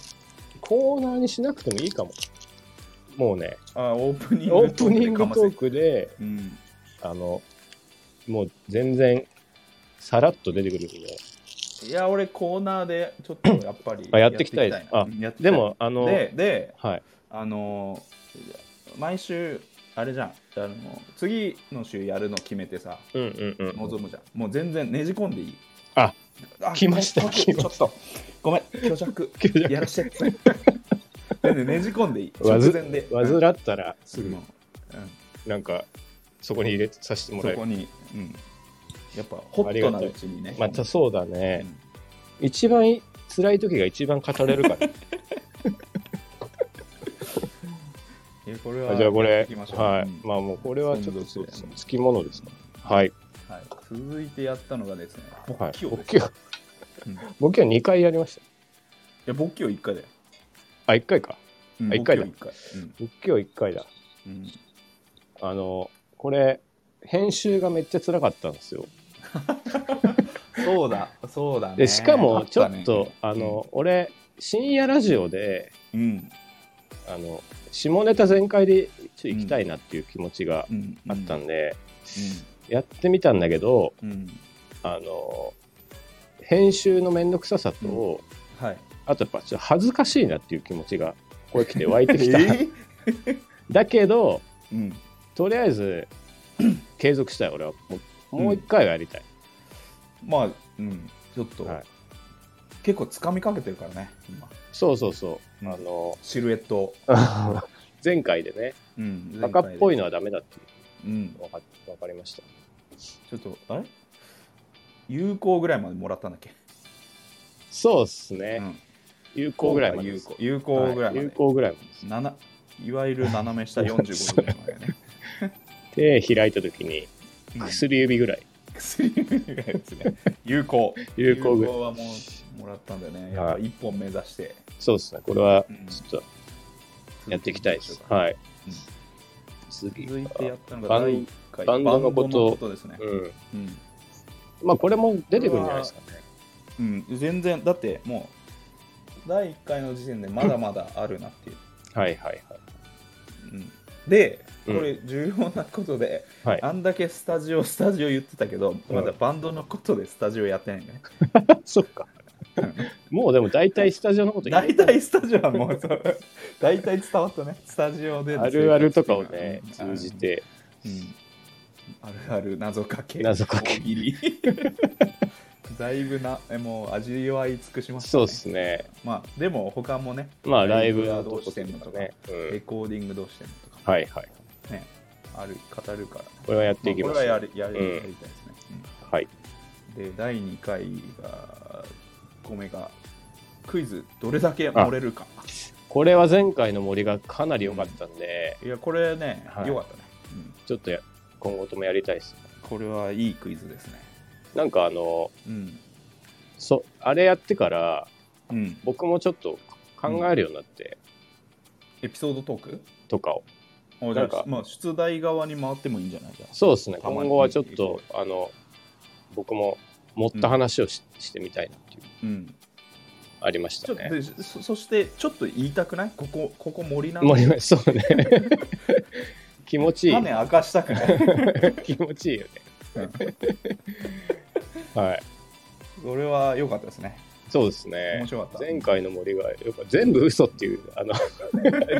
Speaker 2: コーナーにしなくてもいいかも。もうね、
Speaker 1: あオープニング
Speaker 2: オープニング
Speaker 1: かませ
Speaker 2: トークで、
Speaker 1: うん
Speaker 2: あの、もう全然、さらっと出てくるけど。
Speaker 1: いや俺コーナーでちょっとやっぱり
Speaker 2: あやっていきたい
Speaker 1: やって
Speaker 2: あ
Speaker 1: なうんやっていきた
Speaker 2: で
Speaker 1: い
Speaker 2: も、あの、
Speaker 1: でで
Speaker 2: はい。
Speaker 1: あの毎週あれじゃんあの次の週やるの決めてさ
Speaker 2: うんうんうん。
Speaker 1: 望むじゃんもう全然ねじ込んでいい
Speaker 2: あ
Speaker 1: あ
Speaker 2: 来ました
Speaker 1: ごめん
Speaker 2: 来ま
Speaker 1: ちょっとごめん虚 弱やらして全然ねじ込んでいい
Speaker 2: わ
Speaker 1: 直
Speaker 2: ず
Speaker 1: 前で
Speaker 2: わずらったら、す
Speaker 1: うん
Speaker 2: ぐ
Speaker 1: うん、
Speaker 2: なんか、そこに入れさせても
Speaker 1: そ
Speaker 2: らえ
Speaker 1: こ
Speaker 2: る。
Speaker 1: に、うん、やっぱホットなうちにね
Speaker 2: またそうだ
Speaker 1: う
Speaker 2: ね。
Speaker 1: ん
Speaker 2: 一番辛い時が一番語れる から。
Speaker 1: えこれ
Speaker 2: あ
Speaker 1: は
Speaker 2: じゃあこ
Speaker 1: や
Speaker 2: れ
Speaker 1: っていきましょう
Speaker 2: は
Speaker 1: うん
Speaker 2: い。まあもうこれはちょっと
Speaker 1: そういうことで
Speaker 2: つきものですね。はい。
Speaker 1: はい、続いてやったのがですね
Speaker 2: は
Speaker 1: 勃
Speaker 2: い。
Speaker 1: 起王です、
Speaker 2: 僕は
Speaker 1: うんい
Speaker 2: 僕は2回やりました。
Speaker 1: や勃起王1回だよ、
Speaker 2: あ、1回か。
Speaker 1: うん、
Speaker 2: あ一回だ
Speaker 1: 勃起王一回、うん
Speaker 2: 僕今日1回だ。
Speaker 1: うん
Speaker 2: あの、これ、編集がめっちゃ辛かったんですよ。
Speaker 1: そうだ、そうだね。
Speaker 2: で、しか
Speaker 1: あ
Speaker 2: も
Speaker 1: た
Speaker 2: ちょっ
Speaker 1: ね
Speaker 2: と、あ、の、俺、深夜ラジオで、
Speaker 1: うん、
Speaker 2: あの、下ネタ全開でちょっと行きたいなっていう気持ちが
Speaker 1: うん、
Speaker 2: あった
Speaker 1: うん
Speaker 2: んで、やってみたんだけど、
Speaker 1: うん、うん、
Speaker 2: あの、編集のめんどくささと、
Speaker 1: うはい。
Speaker 2: あとやっぱちょっと恥ずかしいなっていう気持ちがこれ来て湧いて きた、
Speaker 1: え
Speaker 2: だけど
Speaker 1: うん、
Speaker 2: とりあえず 継続したい俺はもうもう一回はやりたい、
Speaker 1: まあ、うん、ちょっと、
Speaker 2: はい
Speaker 1: 結構掴みかけてるからね、今、
Speaker 2: そうそうそう、
Speaker 1: うん
Speaker 2: あ の
Speaker 1: シルエットを。
Speaker 2: 前回でね
Speaker 1: うん、
Speaker 2: 赤っぽい
Speaker 1: な。
Speaker 2: のはダメだって
Speaker 1: うん、
Speaker 2: 分かわかりました
Speaker 1: ちょっと、あれ有効ぐらいまでもらったんだっけ、
Speaker 2: そうっす
Speaker 1: う
Speaker 2: ね、
Speaker 1: ん、
Speaker 2: 有効ぐらいまで
Speaker 1: 有
Speaker 2: です
Speaker 1: 効有効ぐらいま
Speaker 2: は
Speaker 1: で、
Speaker 2: 有効ぐらいまでです
Speaker 1: なないわゆる斜め下45度ぐらいまでね。
Speaker 2: 手開いた時に
Speaker 1: うん
Speaker 2: 薬指ぐらい、
Speaker 1: 薬指がですね有効
Speaker 2: 有効ぐらい
Speaker 1: はもうもらったんだよねやっぱ一本目指して
Speaker 2: そうですねこれは
Speaker 1: うん
Speaker 2: ちょっとやっていきたいです、
Speaker 1: い
Speaker 2: はい、
Speaker 1: うん
Speaker 2: 次
Speaker 1: 続いてやったのが
Speaker 2: バン
Speaker 1: 第一回
Speaker 2: バンドのこと
Speaker 1: バンドのことですね
Speaker 2: うん
Speaker 1: うん、
Speaker 2: まあこれも出てくるんじゃないですかね
Speaker 1: うん、全然だってもう第一回の時点でまだまだあるなっていう、
Speaker 2: はいはいはい
Speaker 1: うん、でこ
Speaker 2: うん
Speaker 1: れ重要なことで、
Speaker 2: はい
Speaker 1: あんだけスタジオスタジオ言ってたけどまだバンドのことでスタジオやってないね
Speaker 2: そっか。もうでも大体スタジオのこと言う
Speaker 1: 大体スタジオはもうそう大体伝わったねスタジオで
Speaker 2: あるあるとかをね
Speaker 1: うん
Speaker 2: 通じて
Speaker 1: うんあるある謎かけ
Speaker 2: 謎かけ
Speaker 1: 大喜利 だいぶなえもう味わい尽くしました、ね、
Speaker 2: そうですね
Speaker 1: まあでも他もね
Speaker 2: まあライブ
Speaker 1: は
Speaker 2: の
Speaker 1: ど
Speaker 2: と
Speaker 1: う
Speaker 2: こ
Speaker 1: してんの
Speaker 2: と
Speaker 1: と
Speaker 2: か
Speaker 1: か
Speaker 2: ね、うん
Speaker 1: レコーディングどうしてんのとか、
Speaker 2: はいはい
Speaker 1: ねある語るから、
Speaker 2: これはやっていき
Speaker 1: まあ
Speaker 2: ま
Speaker 1: こ
Speaker 2: す
Speaker 1: れはやりやり
Speaker 2: う
Speaker 1: や
Speaker 2: ん
Speaker 1: りたいですね、
Speaker 2: はい
Speaker 1: うんで第2回が5目がクイズどれだけ盛れるか
Speaker 2: これは前回の森がかなり良かったんで
Speaker 1: いやこれね良、
Speaker 2: はい
Speaker 1: かったね、うん
Speaker 2: ちょっとや今後ともやりたいです
Speaker 1: これはいいクイズですね
Speaker 2: なんかあの
Speaker 1: うん
Speaker 2: そあれやってから
Speaker 1: うん
Speaker 2: 僕もちょっと考えるようになって
Speaker 1: エピソードトーク
Speaker 2: とかを
Speaker 1: あじ
Speaker 2: な
Speaker 1: ゃ
Speaker 2: んか
Speaker 1: あ、まあ、出題側に回ってもいいんじゃないじゃ
Speaker 2: そうですね
Speaker 1: たま
Speaker 2: 今
Speaker 1: に
Speaker 2: 後はちょっとあの僕も持った話をししてみたいなってい
Speaker 1: う
Speaker 2: う
Speaker 1: ん、
Speaker 2: ありまし
Speaker 1: ちょ
Speaker 2: た
Speaker 1: っと
Speaker 2: ね
Speaker 1: でそそしてちょっと言いたくないここここ森なん
Speaker 2: 盛
Speaker 1: で
Speaker 2: りまそ うね気持ちいい
Speaker 1: 種明かしたくない
Speaker 2: 気持ちいいよね。はい。
Speaker 1: それは良かったですね
Speaker 2: そうですね
Speaker 1: 面。白かった
Speaker 2: 前回の森がよく全部嘘っていう、 あの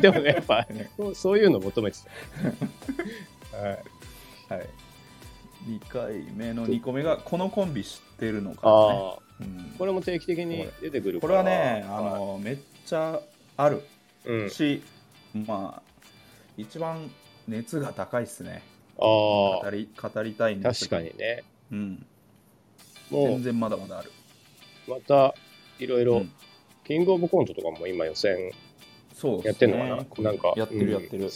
Speaker 2: でもね、やっぱそうそういうの求めてた。はい、
Speaker 1: はい2回目の2個目がこのコンビ知ってるのかな、ね
Speaker 2: ああ、
Speaker 1: うん
Speaker 2: これも定期的に出てくる
Speaker 1: こ
Speaker 2: か
Speaker 1: れ
Speaker 2: ら
Speaker 1: はねあ、のめっちゃある
Speaker 2: うん、
Speaker 1: し、まあ一番熱が高いっすね
Speaker 2: あ
Speaker 1: 語り語りたいん
Speaker 2: あ、
Speaker 1: です
Speaker 2: 確かにね。
Speaker 1: うん、
Speaker 2: も
Speaker 1: 全然まだまだある、
Speaker 2: う、またいろいうろ
Speaker 1: ん、
Speaker 2: キングオブコントとかも今予選
Speaker 1: そう
Speaker 2: や
Speaker 1: っ
Speaker 2: っ
Speaker 1: す
Speaker 2: て
Speaker 1: ね
Speaker 2: んのかな、なんか、
Speaker 1: やって
Speaker 2: う
Speaker 1: る
Speaker 2: ん
Speaker 1: やってる、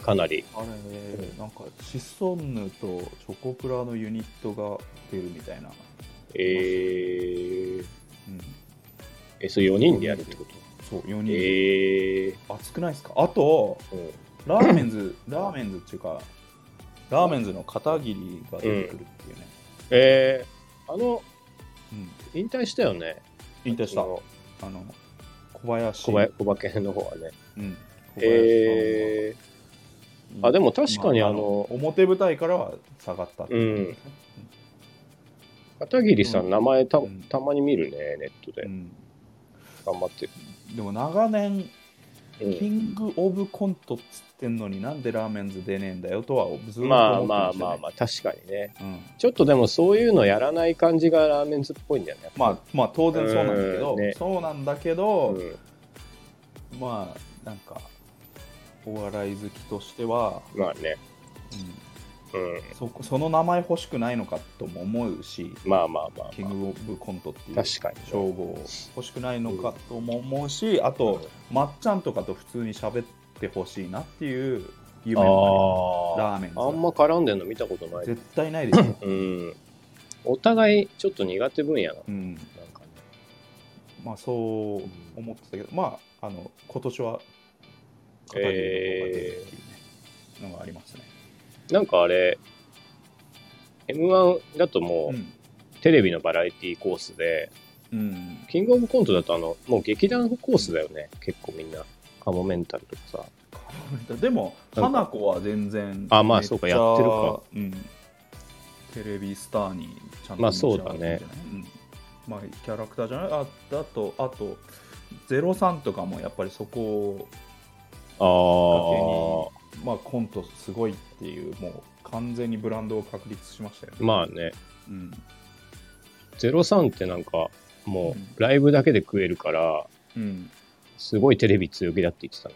Speaker 2: かなり。
Speaker 1: あれね、なんかシソンヌとチョコプラのユニットが出るみたいな、
Speaker 2: えー、
Speaker 1: うん、
Speaker 2: え、そう4人でやるってこと
Speaker 1: そう4人、
Speaker 2: えー、
Speaker 1: 熱くないですかあと
Speaker 2: うん
Speaker 1: ラーメンズラーメンズっていうかラーメンズの片桐が出てくるっていうね、
Speaker 2: えー、あの、
Speaker 1: うん、
Speaker 2: 引退したよね。
Speaker 1: 引退した
Speaker 2: あの
Speaker 1: あの小林
Speaker 2: 小林小馬犬の方はね。
Speaker 1: うん、小林さんは
Speaker 2: え
Speaker 1: うん
Speaker 2: ー、あ、でも確かに
Speaker 1: ま
Speaker 2: あの、
Speaker 1: 表舞台からは下がったっていうね、
Speaker 2: 片桐さ、
Speaker 1: うんん
Speaker 2: 名前た
Speaker 1: うん
Speaker 2: たまに見るね、ネットで
Speaker 1: う。ん
Speaker 2: 頑張ってる。
Speaker 1: でも長年
Speaker 2: うん
Speaker 1: キングオブコントっつってんのになんでラーメンズ出ねえんだよとはずっと思って
Speaker 2: まあ
Speaker 1: したね
Speaker 2: まあまあまあ、確かにね。
Speaker 1: うん
Speaker 2: ちょっとでもそういうのやらない感じがラーメンズっぽいんだよね。
Speaker 1: まあまあ当然そうなんだけど、
Speaker 2: うんね
Speaker 1: そうなんだけ
Speaker 2: う
Speaker 1: ど、
Speaker 2: ん、
Speaker 1: まあなんかお笑い好きとしては、
Speaker 2: まあね。
Speaker 1: うん
Speaker 2: うん。
Speaker 1: そこその名前欲しくないのかとも思うし
Speaker 2: まあまあまあ
Speaker 1: キ
Speaker 2: まあ。
Speaker 1: ングオブコントっていう
Speaker 2: 確かに。
Speaker 1: 称号欲しくないのかとも思うしあと、まっちゃんとかと普通に喋ってほしいなっていう夢もあります
Speaker 2: あ
Speaker 1: ラーメンズ
Speaker 2: あ。
Speaker 1: は
Speaker 2: あんま絡んでるの見たことない。
Speaker 1: 絶対ないですよ、
Speaker 2: うん。お互いちょっと苦手分野な。
Speaker 1: うん、
Speaker 2: なんかね。
Speaker 1: まあそう思ってたけどまああの今年は片桐の方が出るっていうねのがありますね、
Speaker 2: なんかあれ、M1 だとも
Speaker 1: うん
Speaker 2: うテレビのバラエティコースで、
Speaker 1: うん
Speaker 2: キングオブコントだとあの、もう劇団コースだよね。結構みんな。カモメンタルとかさ。
Speaker 1: でも
Speaker 2: なんか
Speaker 1: 花子は全然
Speaker 2: あまあ
Speaker 1: めちゃ
Speaker 2: そうかやってるか
Speaker 1: うん、テレビスターにちゃんと
Speaker 2: まあそうだね
Speaker 1: 持ち上がってんじゃない、うんまあキャラクターじゃないあだとあと03とかもやっぱりそこを
Speaker 2: ああ。
Speaker 1: まあコントすごいっていうもう完全にブランドを確立しましたよね、
Speaker 2: まあね、
Speaker 1: うん
Speaker 2: 03ってなんか、
Speaker 1: うん
Speaker 2: もうライブだけで食えるから、
Speaker 1: うん、
Speaker 2: すごいテレビ強気だって言ってたの。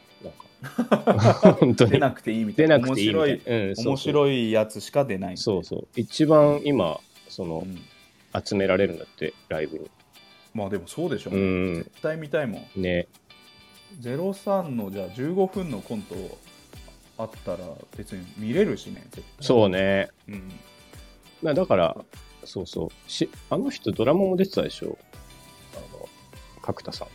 Speaker 2: な んか、本当
Speaker 1: 出
Speaker 2: に。
Speaker 1: なくていいみた
Speaker 2: 出
Speaker 1: いな
Speaker 2: なくていいみたいな。うん、
Speaker 1: 面
Speaker 2: い。
Speaker 1: 白いやつしか出ない
Speaker 2: そうそう。一番今、そうの、
Speaker 1: ん
Speaker 2: 集められるんだって、ライブに。
Speaker 1: まあでもそうでしょ、
Speaker 2: うん
Speaker 1: 絶対見たいもん
Speaker 2: ね。
Speaker 1: 03のじゃあ15分のコントあったら別に見れるしね絶対
Speaker 2: そうね。
Speaker 1: うん、
Speaker 2: なだから、そうそう。し、あの人ドラマも出てたでしょ。あの、角田さ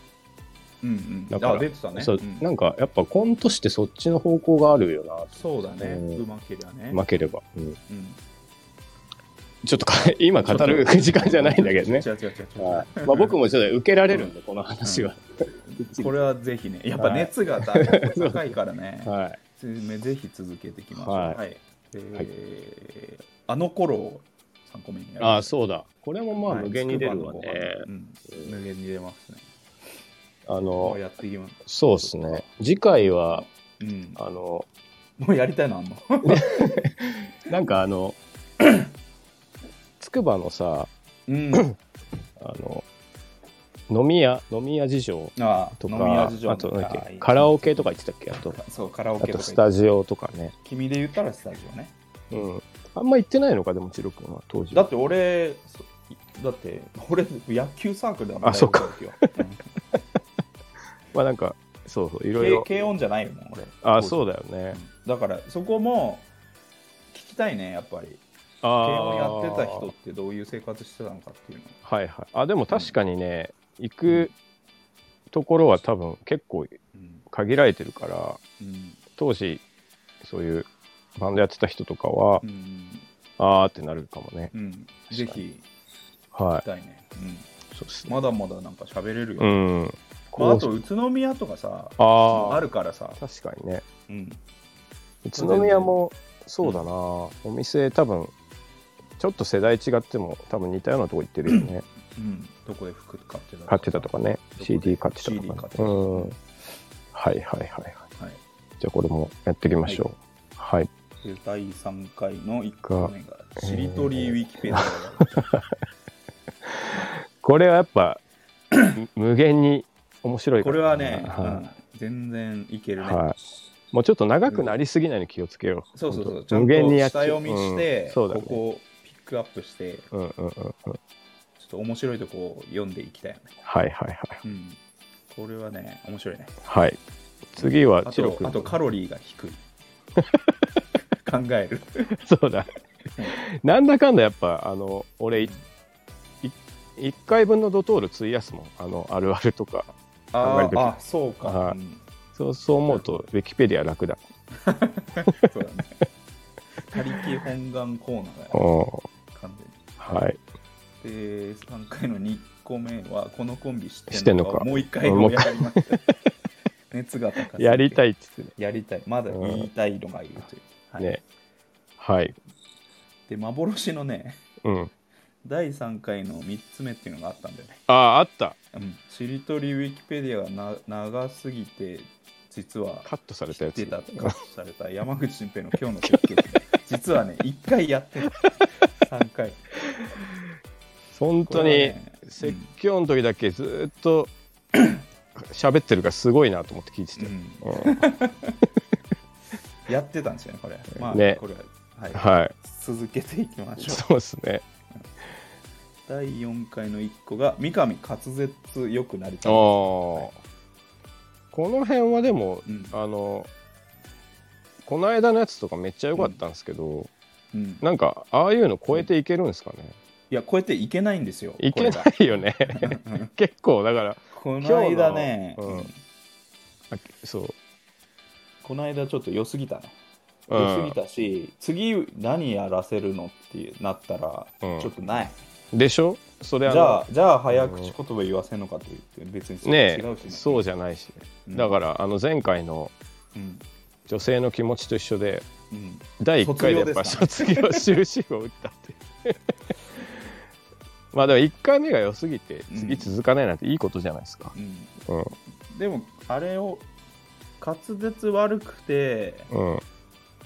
Speaker 2: ん。
Speaker 1: うんう
Speaker 2: だ
Speaker 1: ん
Speaker 2: から
Speaker 1: あ出てたね
Speaker 2: そう、
Speaker 1: ん
Speaker 2: なんか、やっぱコントしてそっちの方向があるよ
Speaker 1: そうだね
Speaker 2: うん
Speaker 1: うまけりゃね
Speaker 2: な。、負ければ。うん。
Speaker 1: うん、
Speaker 2: ちょっとか、 今語る時間じゃないんだけどね
Speaker 1: 違。う違う違う違う、
Speaker 2: はいまあ、僕もちょっと受けられるんで、この話は。
Speaker 1: これはぜひねやっぱ熱がだいぶ高いからね、
Speaker 2: はい。
Speaker 1: ぜひ続けていきましょう
Speaker 2: はい
Speaker 1: えーあの頃を3個目にやり
Speaker 2: あ
Speaker 1: ま
Speaker 2: あ、
Speaker 1: す
Speaker 2: そうだ。これもまあ、
Speaker 1: はい
Speaker 2: 無限に出る
Speaker 1: 筑波
Speaker 2: わ
Speaker 1: の
Speaker 2: ね
Speaker 1: 方。がうん無限に出ますね
Speaker 2: あ
Speaker 1: も
Speaker 2: の
Speaker 1: う、やっていきます
Speaker 2: そうですね。次回は、
Speaker 1: うん
Speaker 2: あの、
Speaker 1: もうやりたいのあんの
Speaker 2: なんかあの、 つくばのさ、
Speaker 1: うん
Speaker 2: あの、飲み屋、飲み屋事情
Speaker 1: ああ
Speaker 2: と
Speaker 1: 飲み
Speaker 2: か、
Speaker 1: 屋事情
Speaker 2: あとなんだっ
Speaker 1: ああい
Speaker 2: け、
Speaker 1: い
Speaker 2: カラオケとか言ってたっけ、あと、
Speaker 1: そうカラオ
Speaker 2: あ
Speaker 1: ケと
Speaker 2: と
Speaker 1: か
Speaker 2: スタジオとかね。
Speaker 1: 君で言ったらスタジオね
Speaker 2: うん。あんま行ってないのか、でも、チロ君は、当時
Speaker 1: だ
Speaker 2: は。
Speaker 1: って俺そだって俺野球サークルだもん
Speaker 2: あそっか
Speaker 1: 大学の時は
Speaker 2: まあ、なんか、そうそう、い ろい
Speaker 1: うん
Speaker 2: ろ。
Speaker 1: 軽音じゃないもん俺
Speaker 2: ああ、そう
Speaker 1: だ
Speaker 2: だよね。
Speaker 1: だからそこも聞きたいねやっぱり
Speaker 2: あ
Speaker 1: 軽
Speaker 2: あ。
Speaker 1: 音やってた人ってどういう生活してたのかっていうの
Speaker 2: はいはい。あ、でも確かにね、行くところは多分結構
Speaker 1: うん
Speaker 2: 限られてるから、
Speaker 1: うん
Speaker 2: 当時、そういうバンドやってた人とかは、
Speaker 1: うん
Speaker 2: あーってなるかもね。
Speaker 1: うんぜひ
Speaker 2: は
Speaker 1: 聞きたいねうん
Speaker 2: い。そうですね。
Speaker 1: まだまだなんか喋れるよ、
Speaker 2: うん。
Speaker 1: まあ、あ
Speaker 2: こ
Speaker 1: と宇都宮とかさ
Speaker 2: うあ
Speaker 1: あ
Speaker 2: あ
Speaker 1: るからさ、
Speaker 2: 確かにね。
Speaker 1: うん、
Speaker 2: 宇都宮も、そうだな、お店多分、ちょっと世代違っても多分似たようなとこ行ってるよね。
Speaker 1: うん、どこで服買ってた
Speaker 2: 買ってたとか
Speaker 1: ど
Speaker 2: ね。
Speaker 1: こで
Speaker 2: CD 買ってたと
Speaker 1: CD 買
Speaker 2: か
Speaker 1: っ
Speaker 2: ね
Speaker 1: て。た
Speaker 2: うん。はいはいはいはい。
Speaker 1: はい、
Speaker 2: じゃあこれもやっていきましょう。はい
Speaker 1: で第3回の1個
Speaker 2: が
Speaker 1: 目が「しりとりウィキペディア
Speaker 2: これはやっ ぱむ無限に面白」いか
Speaker 1: こ
Speaker 2: ら
Speaker 1: れはね、
Speaker 2: は
Speaker 1: うん全然いける
Speaker 2: い
Speaker 1: ね、
Speaker 2: はいもうちょっと長くなりすぎないの気をつけよう
Speaker 1: そうそうそう
Speaker 2: 本
Speaker 1: ち
Speaker 2: 当
Speaker 1: ゃん
Speaker 2: 無
Speaker 1: と
Speaker 2: 限にや
Speaker 1: 下
Speaker 2: っちゃ
Speaker 1: 読みして、
Speaker 2: うんそうだね
Speaker 1: ここをピックアップしてちょ
Speaker 2: うんうんうんうん
Speaker 1: っと面白いとこを読んでいきたいよね、
Speaker 2: はいはいはい
Speaker 1: うん、これはね面白いね
Speaker 2: はい次は
Speaker 1: あ
Speaker 2: チロ
Speaker 1: と
Speaker 2: 君
Speaker 1: あ とカロリーが低い考える。
Speaker 2: そうだ。なんだかんだやっぱ、あの、俺、いい一回分のドトール費やすもん。あの、あるあるとか。考え
Speaker 1: あ
Speaker 2: る時
Speaker 1: ーあ、そうか。
Speaker 2: は
Speaker 1: う
Speaker 2: い
Speaker 1: ん
Speaker 2: そう、そう思うと、ウィキペディア楽だ。
Speaker 1: そうだね。他力本願コーナーだ
Speaker 2: う
Speaker 1: よ、
Speaker 2: ん。
Speaker 1: 完全に。
Speaker 2: はい。
Speaker 1: で3回の2個目はこのコンビ知
Speaker 2: 知
Speaker 1: っ
Speaker 2: ってて
Speaker 1: ん
Speaker 2: ん
Speaker 1: の
Speaker 2: の
Speaker 1: か
Speaker 2: か
Speaker 1: もう一回盛り上がりました熱が高すぎて
Speaker 2: やりたいっつってね
Speaker 1: やりたいまだ言いたいのがいるという、はい
Speaker 2: ね。はい。
Speaker 1: で幻のね
Speaker 2: うん。
Speaker 1: 第3回の3つ目っていうのがあったんだよね、
Speaker 2: ああ、あった。
Speaker 1: うん、しりとりウィキペディアがな長すぎて実は
Speaker 2: カットされたや
Speaker 1: 出
Speaker 2: つ。
Speaker 1: たとかされた山口新平の今日の設計図実はね1回やってた3回
Speaker 2: 本当
Speaker 1: これ
Speaker 2: に
Speaker 1: はね
Speaker 2: 説教の時だけずーっ と喋ってるからすごいなと思って聞いてて
Speaker 1: う、ん
Speaker 2: うん
Speaker 1: やってたんですよねこれまあ、
Speaker 2: ね
Speaker 1: これは、はい
Speaker 2: はい
Speaker 1: 続けていきましょう
Speaker 2: そうですね
Speaker 1: 第4回の1個が三上滑舌よくなり
Speaker 2: あ
Speaker 1: たい
Speaker 2: ーこの辺はでも
Speaker 1: うん
Speaker 2: あのこの間のやつとかめっちゃ良かったんですけど、
Speaker 1: うん、い
Speaker 2: なんかああいうの超えていけるんですかね、
Speaker 1: やこうやっていけないんですよ
Speaker 2: いけないよね
Speaker 1: これが
Speaker 2: 結構だから
Speaker 1: この間ね、
Speaker 2: 今日のうんあそう
Speaker 1: この間ちょっと良すぎたね
Speaker 2: うん
Speaker 1: 良すぎたし、次何やらせるのってなったらち
Speaker 2: うん
Speaker 1: ょっとない、
Speaker 2: でしょそれあ
Speaker 1: じゃ
Speaker 2: の
Speaker 1: あじゃあ早口言葉言わせんのかと言って別にそれ
Speaker 2: ね
Speaker 1: 違うし
Speaker 2: えそうじ
Speaker 1: ゃ
Speaker 2: ゃないしね、
Speaker 1: うん
Speaker 2: だからあの前回の
Speaker 1: うん、
Speaker 2: 女性の気持ちと一緒で
Speaker 1: うん、
Speaker 2: 第1回でやっぱ
Speaker 1: 卒
Speaker 2: 卒業終止符を打ったっていう まあでも1回目が良すぎて
Speaker 1: う
Speaker 2: 次
Speaker 1: ん
Speaker 2: 続かないなんていいことじゃないですか
Speaker 1: うん、
Speaker 2: うん
Speaker 1: でもあれを滑舌悪くて
Speaker 2: うん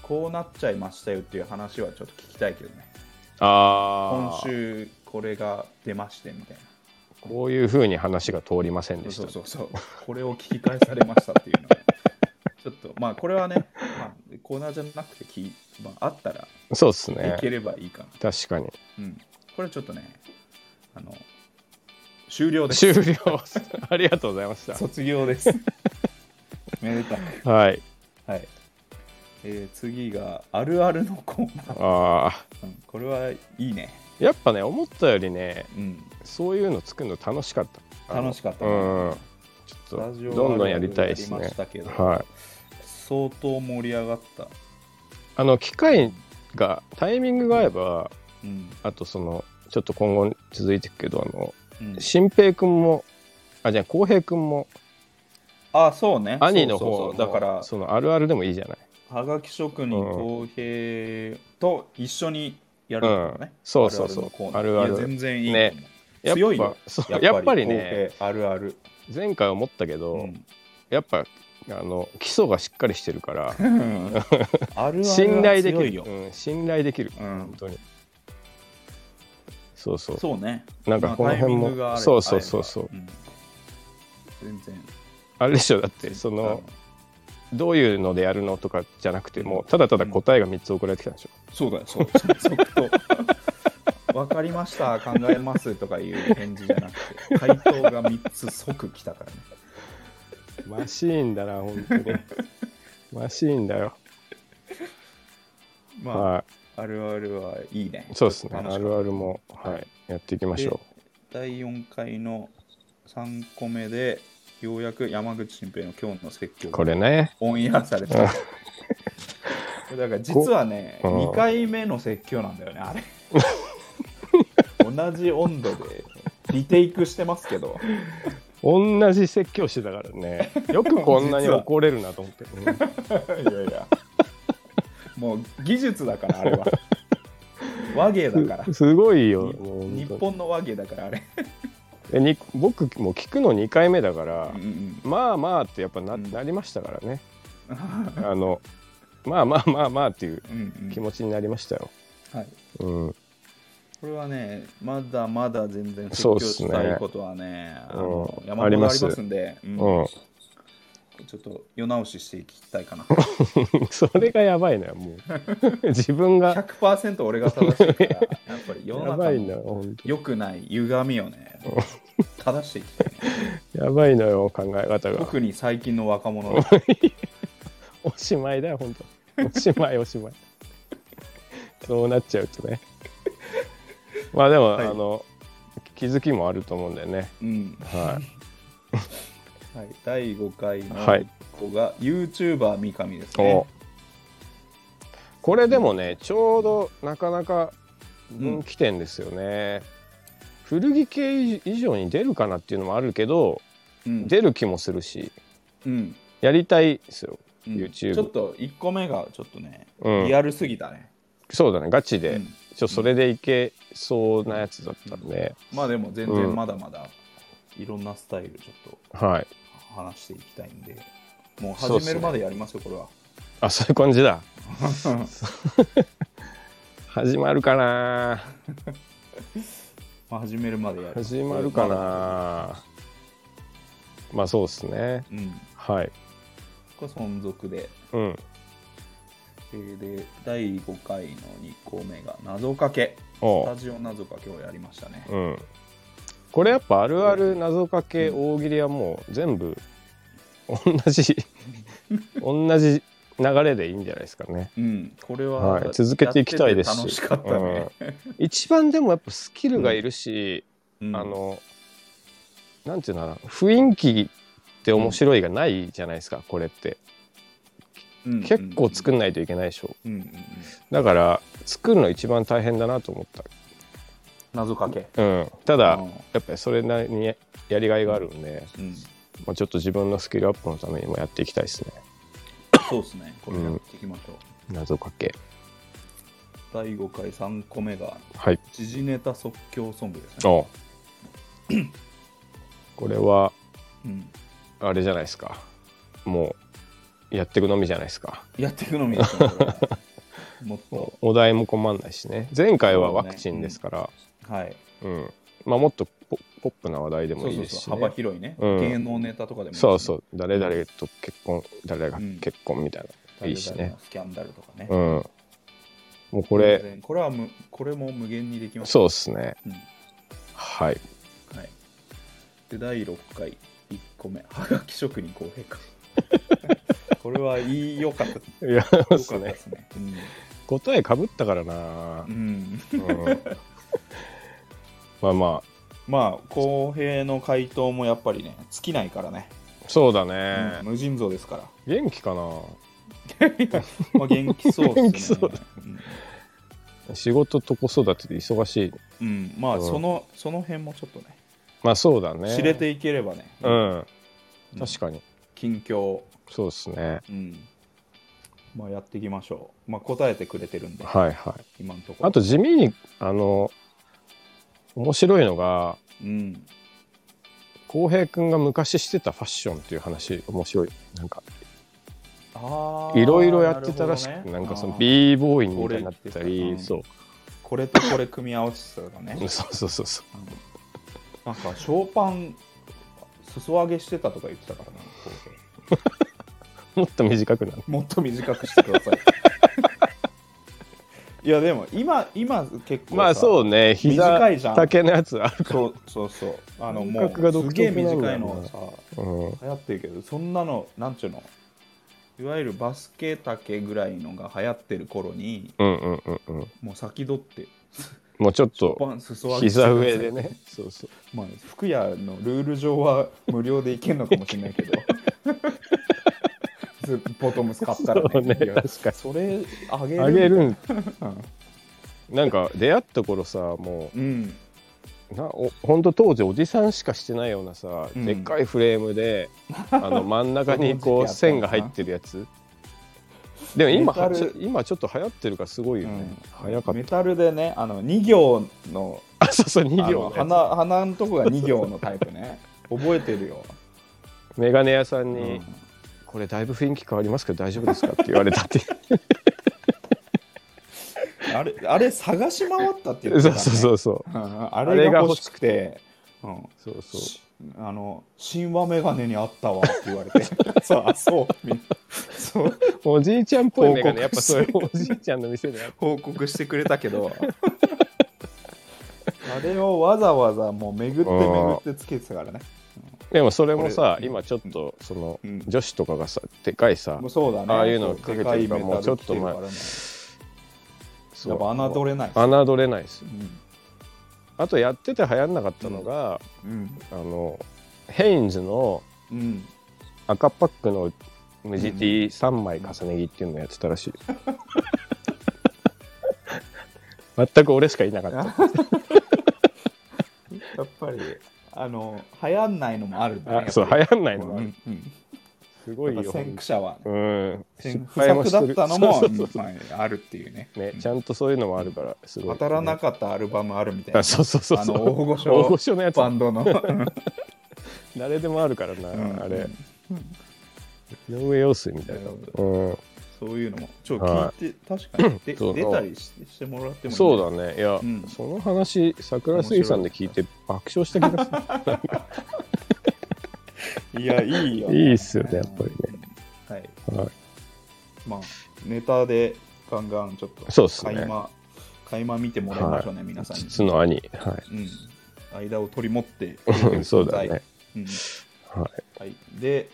Speaker 1: こうなっちゃいましたよっていう話はちょっと聞きたいけどね今
Speaker 2: ああ
Speaker 1: 週これが出ましてみたいな
Speaker 2: こういうふうに話が通りませんでし
Speaker 1: そ
Speaker 2: た
Speaker 1: うそうそうこれを聞き返されましたっていうのはちょっとまあこれはね、まあ、コーナーじゃなくてき、まあ、あったら
Speaker 2: そうっす
Speaker 1: い
Speaker 2: ね
Speaker 1: ければいいかな、
Speaker 2: 確かに
Speaker 1: うん、これちょっとねあの終了です
Speaker 2: 終了 ありがとうございまし
Speaker 1: 卒業です めでたく
Speaker 2: たはい
Speaker 1: はい、えー次があるあるのコーナー、
Speaker 2: あ
Speaker 1: うん、これはいいね
Speaker 2: ーやっぱね思ったよりね
Speaker 1: うん
Speaker 2: そういうの作るの楽しかった
Speaker 1: 楽しかった
Speaker 2: あ
Speaker 1: ね
Speaker 2: のうんちょっとどんどんやりたいです
Speaker 1: スタジオあるあるやりま
Speaker 2: ね
Speaker 1: したけど
Speaker 2: はい
Speaker 1: 相当盛り上がった、
Speaker 2: あの機械がタイミングが合えば、
Speaker 1: うん
Speaker 2: あとそのちょっと今後続いていくけどあの
Speaker 1: うん、
Speaker 2: 新平君もあじゃあ浩平君も
Speaker 1: あそうね
Speaker 2: 兄の方
Speaker 1: そうそうそうだから
Speaker 2: そのあるあるでもいいじゃない、
Speaker 1: はがき職人
Speaker 2: うん
Speaker 1: 公平と一緒にやる
Speaker 2: う
Speaker 1: の
Speaker 2: ん
Speaker 1: ね、、
Speaker 2: そうそうそう
Speaker 1: あ
Speaker 2: あ
Speaker 1: る
Speaker 2: る
Speaker 1: あ
Speaker 2: あ
Speaker 1: るのコーナーいや
Speaker 2: る
Speaker 1: 全然いい、
Speaker 2: ねやっぱ
Speaker 1: 強いよ
Speaker 2: そうやっぱり
Speaker 1: やっ
Speaker 2: ね
Speaker 1: 公平あるある、
Speaker 2: 前回思ったけど、
Speaker 1: うん、
Speaker 2: やっぱあの基礎がしっかりしてるから
Speaker 1: あるある
Speaker 2: 信頼でき
Speaker 1: 強い
Speaker 2: る
Speaker 1: よ、
Speaker 2: うん、信頼できる、
Speaker 1: うん
Speaker 2: 本当にそうそう
Speaker 1: そうね
Speaker 2: なんかこの
Speaker 1: まあ
Speaker 2: 辺
Speaker 1: タイミ
Speaker 2: も
Speaker 1: ングがあれば
Speaker 2: そうそうそうそう
Speaker 1: あればうん全然
Speaker 2: あれでしょだってそのどういうのでやるのとかじゃなくてもうただただ答えが3つ送られてきたんでしょ、
Speaker 1: そうだよそう そう即答わかりました考えますとかいう返事じゃなくて回答が3つ即来たからね
Speaker 2: マシーンだな本 当にマシーンだよ、
Speaker 1: まあ、
Speaker 2: は
Speaker 1: あるあるはいいね
Speaker 2: いそうですね
Speaker 1: 楽しかった
Speaker 2: あるあるも、はい、やっていきましょ
Speaker 1: 第4回の3個目でようやく山口新平の今日の説教
Speaker 2: うこ
Speaker 1: が
Speaker 2: れね
Speaker 1: オンエアされた
Speaker 2: うん
Speaker 1: だから実はね
Speaker 2: うん
Speaker 1: 2回目の説教なんだよねあれ同じ温度でリテイクしてますけど
Speaker 2: 同じ説教してたから ねよくこんなに
Speaker 1: 実は
Speaker 2: 怒れるなと思って、うん
Speaker 1: いやいやもう技術だからあ れは和芸だから
Speaker 2: すすごいよもう
Speaker 1: 日
Speaker 2: 本当に
Speaker 1: 本の和芸だからあれ
Speaker 2: えに僕もう聞くの2回目だから、
Speaker 1: うん
Speaker 2: まあまあってやっぱな,、
Speaker 1: うん
Speaker 2: なりましたから ねあのまあまあまあまあっていう
Speaker 1: うんうん
Speaker 2: 気持ちになりましたよ、
Speaker 1: はい
Speaker 2: うん、
Speaker 1: これはね、まだまだ全然説
Speaker 2: そう
Speaker 1: 教
Speaker 2: っす
Speaker 1: し
Speaker 2: ね
Speaker 1: たいことはね、あの
Speaker 2: うん
Speaker 1: 山
Speaker 2: あ
Speaker 1: ほ
Speaker 2: り
Speaker 1: どあ
Speaker 2: ま
Speaker 1: り
Speaker 2: す
Speaker 1: ますんで、うん
Speaker 2: うん、
Speaker 1: ちょっと世直ししていきたいかな。
Speaker 2: それがやばいのよも う自分が
Speaker 1: 100%俺が正しいから、やっぱり世の
Speaker 2: や
Speaker 1: 中
Speaker 2: ばいの
Speaker 1: の
Speaker 2: よ本
Speaker 1: 良くない歪みをね、正してい きたいね、
Speaker 2: 当やばいのよ考え方が
Speaker 1: 特に最近の若者は。
Speaker 2: おしまいだよ本当おしまいおしまい。そうなっちゃうとね。まあでも、
Speaker 1: はい
Speaker 2: あの、気づきもあると思うんだよね。
Speaker 1: うん
Speaker 2: はい。
Speaker 1: はい、第5回の
Speaker 2: はい
Speaker 1: 子が YouTuber 三上です
Speaker 2: お
Speaker 1: ね。
Speaker 2: これでもね、ちょうどなかなか分岐点ですよね。古着系以上に出るかなっていうのもあるけど、
Speaker 1: うん
Speaker 2: 出る気もするし、
Speaker 1: うん
Speaker 2: やりたいですよ。
Speaker 1: うん
Speaker 2: YouTube
Speaker 1: ちょっと1個目がちょっとね、
Speaker 2: うん
Speaker 1: リアルすぎたね。
Speaker 2: そうだね、ガチで。
Speaker 1: うん
Speaker 2: ちょそれでいけそうなやつだったんで、
Speaker 1: まあでも全
Speaker 2: うん
Speaker 1: 然まだまだいろんなスタイルちょっと
Speaker 2: はい。
Speaker 1: 話していきたいんで、もう
Speaker 2: そうっ
Speaker 1: 始
Speaker 2: すね
Speaker 1: めるまでやりますよ、これは。
Speaker 2: あ、そういう感じ だ。始まるかな
Speaker 1: まあ始めるまでやる。
Speaker 2: 始まるかなまあそうですね。
Speaker 1: うん。
Speaker 2: はい。
Speaker 1: これ存続で。
Speaker 2: うん。
Speaker 1: えーで、第5回の2個目が謎かけ。ス
Speaker 2: お
Speaker 1: タ
Speaker 2: う。
Speaker 1: ジオ謎かけをやりましたね。
Speaker 2: うん。これやっぱあるある謎かけ大喜利はもう全部同 じ同じ流れでいいんじゃないですかね。
Speaker 1: うん、これは、
Speaker 2: はい、続けていきたいです
Speaker 1: やって楽し
Speaker 2: して
Speaker 1: かったね。
Speaker 2: うん 一番でもやっぱスキルがいるし、
Speaker 1: うん
Speaker 2: あの、なんていうのかな、雰囲気って面白いがないじゃないですか、これって。
Speaker 1: うん
Speaker 2: 結構作んないといけないでしょ。
Speaker 1: うんうんうん
Speaker 2: だから、作るの一番大変だなと思っ
Speaker 1: 謎かけ。
Speaker 2: た。うん。ただ、
Speaker 1: うん
Speaker 2: やっぱりそれなりにやりがいがあるんで、
Speaker 1: うん、
Speaker 2: まあ、ちょっと自分のスキルアップのためにもやっていきたいですね。
Speaker 1: そうですね、これやっていきましょう。
Speaker 2: 謎かけ。
Speaker 1: 第5回3個目が、
Speaker 2: はい。
Speaker 1: 時事ネタ即興ソングですね。
Speaker 2: おうこれは、
Speaker 1: うん、
Speaker 2: あれじゃないですか。もう、やっていくのみじゃないですか。
Speaker 1: やっていくのみですね、これはもっ と、
Speaker 2: お題も困んないしね。前回はワクチンですから、
Speaker 1: はい、
Speaker 2: うんまあ、もっとポポップな話題で
Speaker 1: そ
Speaker 2: も
Speaker 1: う
Speaker 2: いい
Speaker 1: そう
Speaker 2: ですし、
Speaker 1: そう、
Speaker 2: ね、
Speaker 1: 幅広いね、
Speaker 2: うん
Speaker 1: 芸能ネタとかでもいいしね
Speaker 2: そうそう誰々と結婚誰々が
Speaker 1: うん
Speaker 2: 結婚みたいな、いいし
Speaker 1: 誰々
Speaker 2: ね
Speaker 1: のスキャンダルとかね。
Speaker 2: うんもうこれ
Speaker 1: 全然これはむ、これも無限にできます。
Speaker 2: そうですね
Speaker 1: うん
Speaker 2: はい
Speaker 1: はい、で第6回1個目はがき職人公平 かこれはいい良かった良
Speaker 2: いや
Speaker 1: か
Speaker 2: そ
Speaker 1: っ
Speaker 2: うです
Speaker 1: たで
Speaker 2: ね
Speaker 1: すね
Speaker 2: 答えかぶったからな
Speaker 1: うん、う、ん、
Speaker 2: うん、まあま
Speaker 1: まあ公平の回答もやっぱりね尽きないからね、
Speaker 2: あそうだ
Speaker 1: うん、
Speaker 2: ね
Speaker 1: 無尽蔵ですから、
Speaker 2: 元気かな
Speaker 1: まあ、元気そう
Speaker 2: 元
Speaker 1: で
Speaker 2: 気
Speaker 1: す
Speaker 2: そ
Speaker 1: ね
Speaker 2: う仕事と子育てで忙しい
Speaker 1: うん、うんま
Speaker 2: う
Speaker 1: あ
Speaker 2: ん
Speaker 1: そのその辺もちょっとね
Speaker 2: まあそうだね
Speaker 1: 知れていければね、
Speaker 2: うん確かに
Speaker 1: 近況、
Speaker 2: そうですね
Speaker 1: うんまあ、やっていきましょう、まあ、答えてくれてるんで
Speaker 2: はいはい
Speaker 1: 今のところ
Speaker 2: あと地味にあの面白いのが
Speaker 1: うん
Speaker 2: 浩平君が昔してたファッションっていう話面白いなんかい
Speaker 1: い
Speaker 2: ろいろやってたらしくな,、んかその b ボーイみたいになってた
Speaker 1: 俺
Speaker 2: り
Speaker 1: 言ってた
Speaker 2: そ
Speaker 1: な
Speaker 2: う
Speaker 1: これとこれ組み合わせてたとかね
Speaker 2: うんそうそうそうそう
Speaker 1: うんなんかショーパン裾上げしてたとか言ってたからなこう
Speaker 2: もっと短くなる
Speaker 1: もっと短くしてください いやでも今今結構さ
Speaker 2: まあそうね膝
Speaker 1: 短いじゃん
Speaker 2: 丈のやつあるか
Speaker 1: そうそうそうあのも
Speaker 2: 感覚が独
Speaker 1: うす
Speaker 2: 特
Speaker 1: げえ
Speaker 2: なん
Speaker 1: 短
Speaker 2: だよ
Speaker 1: い
Speaker 2: な
Speaker 1: のさ
Speaker 2: ら、うん、
Speaker 1: 流行ってるけどそんなのなんちゅうのいわゆるバスケ丈ぐらいのが流行ってる頃に
Speaker 2: うんうんうんうん
Speaker 1: もう先取って
Speaker 2: もうちょっ
Speaker 1: ショー
Speaker 2: と
Speaker 1: パン裾上げしてくだ
Speaker 2: 膝
Speaker 1: さい
Speaker 2: 上でねそうそう
Speaker 1: まあ、服屋のルール上は無料で行けるのかもしれないけ どずボトムス買ったら
Speaker 2: そう
Speaker 1: ね
Speaker 2: ね
Speaker 1: いや
Speaker 2: 確かに
Speaker 1: それあげる
Speaker 2: あげるん
Speaker 1: うん
Speaker 2: なんか出会った頃さも
Speaker 1: うん
Speaker 2: うなおほんと当時おじさんしかしてないようなさ、
Speaker 1: うん
Speaker 2: でっかいフレー ムであの真ん中に
Speaker 1: その時期あったの
Speaker 2: こう
Speaker 1: かな
Speaker 2: 線が入ってるや つでも今
Speaker 1: メタル
Speaker 2: ちょ今ちょっと流行ってるからすごいよね、早かっ
Speaker 1: メ
Speaker 2: た
Speaker 1: タルでねあの2行の
Speaker 2: あそうそう
Speaker 1: あ
Speaker 2: 2
Speaker 1: の
Speaker 2: 秒
Speaker 1: 鼻鼻のとこが2行のタイプ ね覚えてるよ、
Speaker 2: メガネ屋さ
Speaker 1: う
Speaker 2: んに、
Speaker 1: ん
Speaker 2: これだいぶ雰囲気変わりますけど大丈夫ですか?」って言われたって
Speaker 1: あれあれ探し回ったって
Speaker 2: そ
Speaker 1: 言
Speaker 2: う
Speaker 1: ってた、
Speaker 2: そう
Speaker 1: ね、
Speaker 2: そうそう
Speaker 1: うんあれが欲しくてうん
Speaker 2: そうそう
Speaker 1: しあの神話メガネにあったわって言われ てそうあそうみんなそう
Speaker 2: おじいちゃんっぽいメガネ
Speaker 1: 報
Speaker 2: やっぱ
Speaker 1: 告
Speaker 2: そういうおじいちゃんの店で
Speaker 1: 報告してくれたけどあれをわざわざもう巡って巡ってつけてたからね
Speaker 2: でもそれもさ
Speaker 1: これ
Speaker 2: 今ちょっとその
Speaker 1: うん
Speaker 2: 女子とかがさでかいさ
Speaker 1: もうそうだね。
Speaker 2: ああいうのかけてるから
Speaker 1: でいメタル
Speaker 2: もうちょっと
Speaker 1: 着て
Speaker 2: 前
Speaker 1: るからね
Speaker 2: そう
Speaker 1: やっぱ侮れない。
Speaker 2: 侮れないです
Speaker 1: うん
Speaker 2: あとやってて流行んなかったのが、
Speaker 1: うん。
Speaker 2: あのヘインズの
Speaker 1: うん。
Speaker 2: 赤パックの無地 T3 枚重ね着っていうのやってたらしい、全く俺しかいなかった
Speaker 1: やっぱり、あの、流行んないのもあるんだね。
Speaker 2: あそう流行んないの
Speaker 1: う
Speaker 2: もある
Speaker 1: んうん
Speaker 2: すごい
Speaker 1: やっ
Speaker 2: よ
Speaker 1: ぱ先駆者は、ね、
Speaker 2: うん
Speaker 1: 先
Speaker 2: 失敗も
Speaker 1: 不
Speaker 2: して
Speaker 1: 作
Speaker 2: る
Speaker 1: だったのも
Speaker 2: そうそうそう
Speaker 1: うんまああるっていうね。
Speaker 2: ね、ちゃんとそういうのもあるからすごい、
Speaker 1: 当たらなかったアルバムあるみたいな
Speaker 2: あ。そうそうそうそう
Speaker 1: あの大御所
Speaker 2: 大御所のやつ
Speaker 1: バンドの。
Speaker 2: 誰でもあるからな、
Speaker 1: うん
Speaker 2: あれ井上陽水みたいな、うん、
Speaker 1: そういうのも、ちょっと聞いて、確かにで
Speaker 2: そう
Speaker 1: 出たりしてしてもらってもいいね
Speaker 2: そうだねいや、
Speaker 1: ん
Speaker 2: その話桜水さんで聞いて爆笑した気がする
Speaker 1: いや、いい よ。
Speaker 2: いいっすよねやっぱりね
Speaker 1: うん。はい。
Speaker 2: はい
Speaker 1: まあ、ネタでガンガンちょっと、
Speaker 2: そうっすね
Speaker 1: 垣間、垣間見てもらいましょうね、皆さんに。
Speaker 2: 実の兄はい
Speaker 1: うん。間を取り持って
Speaker 2: うん、そうだね。
Speaker 1: うん
Speaker 2: は
Speaker 1: はい。で、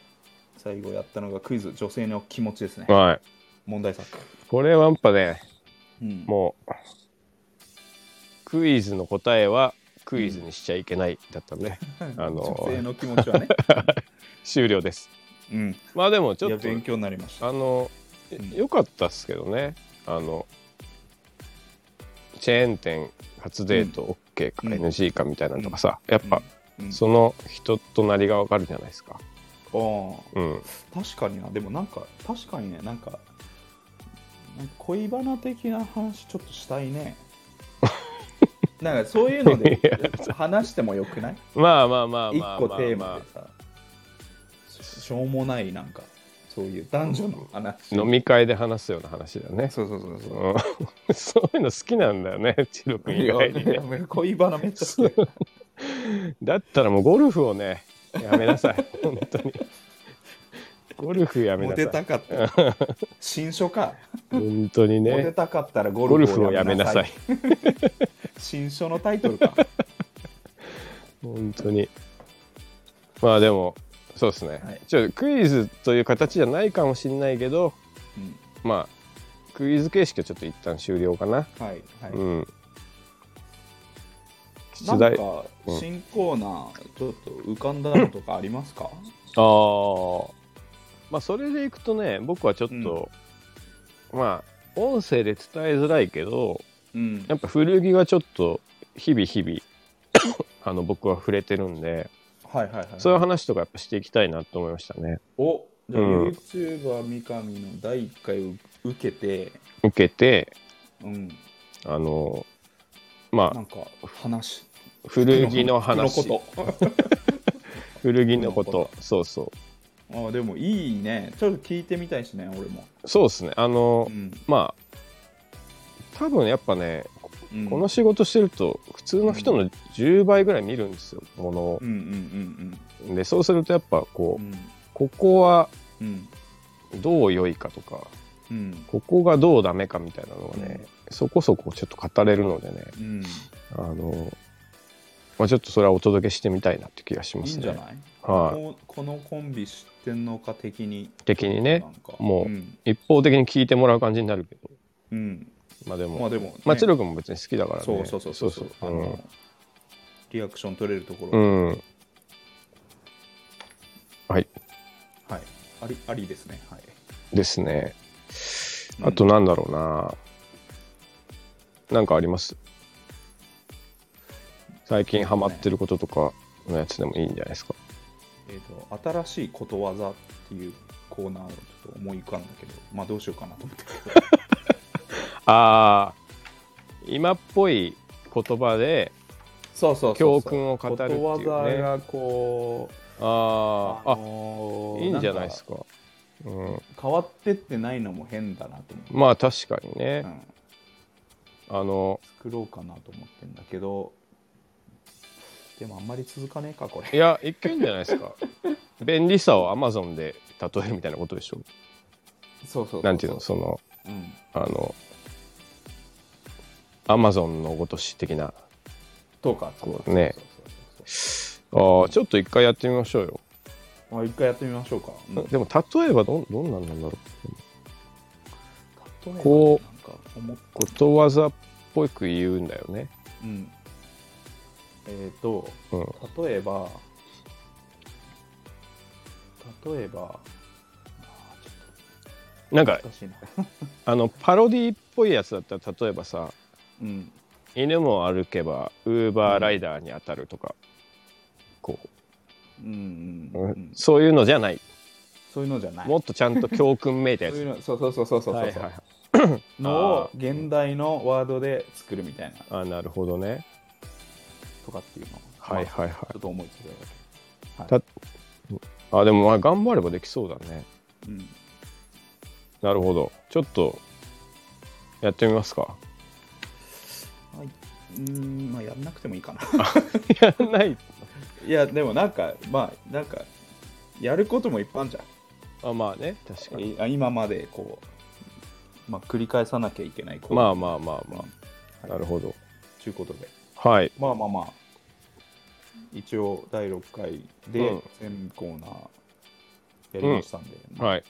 Speaker 1: 最後やったのがクイズ、女性の気持ちですね
Speaker 2: い、。はい、
Speaker 1: 問題作。
Speaker 2: これはやっぱね
Speaker 1: うん
Speaker 2: もうクイズの答えはクイズにしちゃいけないだった んで、あ
Speaker 1: 女性
Speaker 2: の
Speaker 1: の気持ち はね。
Speaker 2: 終了です
Speaker 1: うん。
Speaker 2: まあでもち
Speaker 1: い
Speaker 2: ょ
Speaker 1: や、
Speaker 2: っと
Speaker 1: 勉強になりました。
Speaker 2: あの
Speaker 1: うん
Speaker 2: 良かったっすけどねあのチェーン店初デート OK か
Speaker 1: うん
Speaker 2: NG かみたいなのとかさ、やっぱ、
Speaker 1: うん、
Speaker 2: その人となりがわかるじゃないですか。
Speaker 1: ああ。
Speaker 2: うん、
Speaker 1: 確かになでもなんか確かにねなんかなんか恋バナ的な話ちょっとしたい ねなんかそういうので
Speaker 2: いや
Speaker 1: 話してもよくない
Speaker 2: まあまあまあ
Speaker 1: 一
Speaker 2: まあ
Speaker 1: 個
Speaker 2: まあ
Speaker 1: テー
Speaker 2: ま
Speaker 1: マでさししょうもないなんかそういう男女の
Speaker 2: あ
Speaker 1: 話
Speaker 2: 飲み会で話すような話だよね。
Speaker 1: そうそうそうそう
Speaker 2: うん そういうの好きなんだよね、チロ君以外にね。
Speaker 1: いや恋バナめっちゃ好きだ
Speaker 2: だったらもうゴルフをね、やめなさ い、本当に。ゴルフやめ
Speaker 1: モ
Speaker 2: な
Speaker 1: テ
Speaker 2: さ
Speaker 1: た
Speaker 2: い。
Speaker 1: かった新書か、
Speaker 2: 本当に
Speaker 1: モテ
Speaker 2: ね、
Speaker 1: たかったらゴ
Speaker 2: ゴル
Speaker 1: ルフ
Speaker 2: フ
Speaker 1: を
Speaker 2: をや
Speaker 1: やめ
Speaker 2: めな
Speaker 1: な
Speaker 2: さ
Speaker 1: さ
Speaker 2: い
Speaker 1: い。新書のタイトルか
Speaker 2: 本当に。まあでも、そうですね。
Speaker 1: はい
Speaker 2: ちょっとクイズという形じゃないかもしれないけど、
Speaker 1: うん
Speaker 2: まあ、クイズ形式はちょっと一旦終了かな。
Speaker 1: はいはい、
Speaker 2: うん。
Speaker 1: な
Speaker 2: 出
Speaker 1: んか
Speaker 2: 題。あうん
Speaker 1: 新コーナーちょっと浮かんだのとかありますか、
Speaker 2: あー。まあ、それでいくとね、僕はちょっと、まあ、音声で伝えづらいけど、
Speaker 1: うん
Speaker 2: やっぱ古着はちょっと、日々日 々、あの、僕は触れてるんで、
Speaker 1: はいはいはい
Speaker 2: そういう話とかやっぱしていきたいなと思いましたね。
Speaker 1: おじゃあ、
Speaker 2: うん
Speaker 1: YouTuber 三上の第1回を受けて
Speaker 2: 受けて、
Speaker 1: うん
Speaker 2: あの、ま
Speaker 1: な
Speaker 2: あ、
Speaker 1: んか話
Speaker 2: 古着の
Speaker 1: 服
Speaker 2: 話
Speaker 1: のこと
Speaker 2: 古着のこと
Speaker 1: 服の
Speaker 2: そうそ
Speaker 1: あでもいいねちょっと聞いてみたいしね俺も、
Speaker 2: うそうですねあの、
Speaker 1: うん
Speaker 2: まあ多分やっぱね、
Speaker 1: うん、
Speaker 2: この仕事してると普通の人の10倍ぐらい見るんですよものを
Speaker 1: うんうん
Speaker 2: でそうするとやっぱこ
Speaker 1: うんう
Speaker 2: うんここは
Speaker 1: うん
Speaker 2: どう良いかとか
Speaker 1: うん
Speaker 2: ここがどうダメかみたいなのがね、そこそこちょっと語れるのでね
Speaker 1: うん
Speaker 2: あの、まあ、ちょっとそれはお届けしてみたいなって気がしま
Speaker 1: いい
Speaker 2: す
Speaker 1: ん
Speaker 2: ね
Speaker 1: じゃない、
Speaker 2: はい、
Speaker 1: ここのコンビ知ってんのか的に
Speaker 2: 的にね
Speaker 1: なんか、
Speaker 2: もうん一方的に聞いてもらう感じになるけど
Speaker 1: うん、
Speaker 2: まあでも、
Speaker 1: まあでも、ね、
Speaker 2: まあ、チロ君も別に好きだからね。
Speaker 1: そうそうそうそうそうあ
Speaker 2: うん
Speaker 1: のリアクション取れるところ、
Speaker 2: うん。はい。
Speaker 1: はいありありですねはい
Speaker 2: ですね。
Speaker 1: うん
Speaker 2: あとなんだろうな。なんかあります最近ハマってることとかのやつでもいいんじゃないですか。
Speaker 1: えー、と新しいことわざっていうコーナーをちょっと思い浮かんだけどまあどうしようかなと 思って
Speaker 2: ああ、今っぽい言葉で、
Speaker 1: そうそうそう
Speaker 2: 教訓を語るっていうね
Speaker 1: ことわざがこう
Speaker 2: あーあ、
Speaker 1: のー
Speaker 2: いいんじゃないです
Speaker 1: か
Speaker 2: か。うん、
Speaker 1: 変わってってないのも変だなと思って、
Speaker 2: まあ確かに
Speaker 1: う
Speaker 2: ね、
Speaker 1: ん、
Speaker 2: あの
Speaker 1: 作ろうかなと思ってんだけどでもあんまり続かねえかこれ
Speaker 2: いやいけんじゃないですか 便利さをアマゾンで例えるみたいなことでしょ
Speaker 1: そうそうそう
Speaker 2: なんていうのその
Speaker 1: うん
Speaker 2: あのアマゾンのごとし的な
Speaker 1: とか
Speaker 2: こうね
Speaker 1: そうそうそうそう
Speaker 2: ああ、ちょっと一回やってみましょうよ。
Speaker 1: まあ、一回やってみましょうか。うん
Speaker 2: でも、例えばどん、どんなんなんだろう。
Speaker 1: 例えば
Speaker 2: こ
Speaker 1: なんか思っ
Speaker 2: ことわざっぽく言うんだよね。
Speaker 1: うん。えっ、と、
Speaker 2: うん。
Speaker 1: 例えば、例えば、あーちょっ
Speaker 2: なんか
Speaker 1: と、難しいな。
Speaker 2: あの、パロディっぽいやつだったら、例えばさ、
Speaker 1: うん。
Speaker 2: 犬も歩けば、ウーバーライダーに当たるとか、こ
Speaker 1: うん
Speaker 2: う、
Speaker 1: うん、うん。
Speaker 2: そういうのじゃない。
Speaker 1: そういうのじゃない。
Speaker 2: もっとちゃんと教訓めいた
Speaker 1: そ
Speaker 2: や
Speaker 1: ういう
Speaker 2: つ。
Speaker 1: の、そうそうそうそうそうそう、
Speaker 2: はいはいはい。
Speaker 1: のを
Speaker 2: あー
Speaker 1: 現代のワードで作るみたいな
Speaker 2: あなるほどね。
Speaker 1: とかっていうのを
Speaker 2: はい
Speaker 1: ま
Speaker 2: はいはい
Speaker 1: あちょっと思いついただ
Speaker 2: あでもまあ頑張ればできそうだね。
Speaker 1: け。うん。
Speaker 2: なるほど。ちょっとやってみますか。
Speaker 1: はい、うーん、まあやんなくてもいいかな。
Speaker 2: やらない。
Speaker 1: いや、でもなんか、まあ、なんか、やることもいっぱいあるじゃん。
Speaker 2: あまあね、確かに。
Speaker 1: いあ今までこう、まあ、繰り返さなきゃいけないこと
Speaker 2: まあまあまあまあ。
Speaker 1: はい
Speaker 2: なるほど。
Speaker 1: ということで
Speaker 2: はい。
Speaker 1: まあまあまあ一応第6回
Speaker 2: う
Speaker 1: で
Speaker 2: ん
Speaker 1: 全コーナーやりましたんで、まあ
Speaker 2: はい。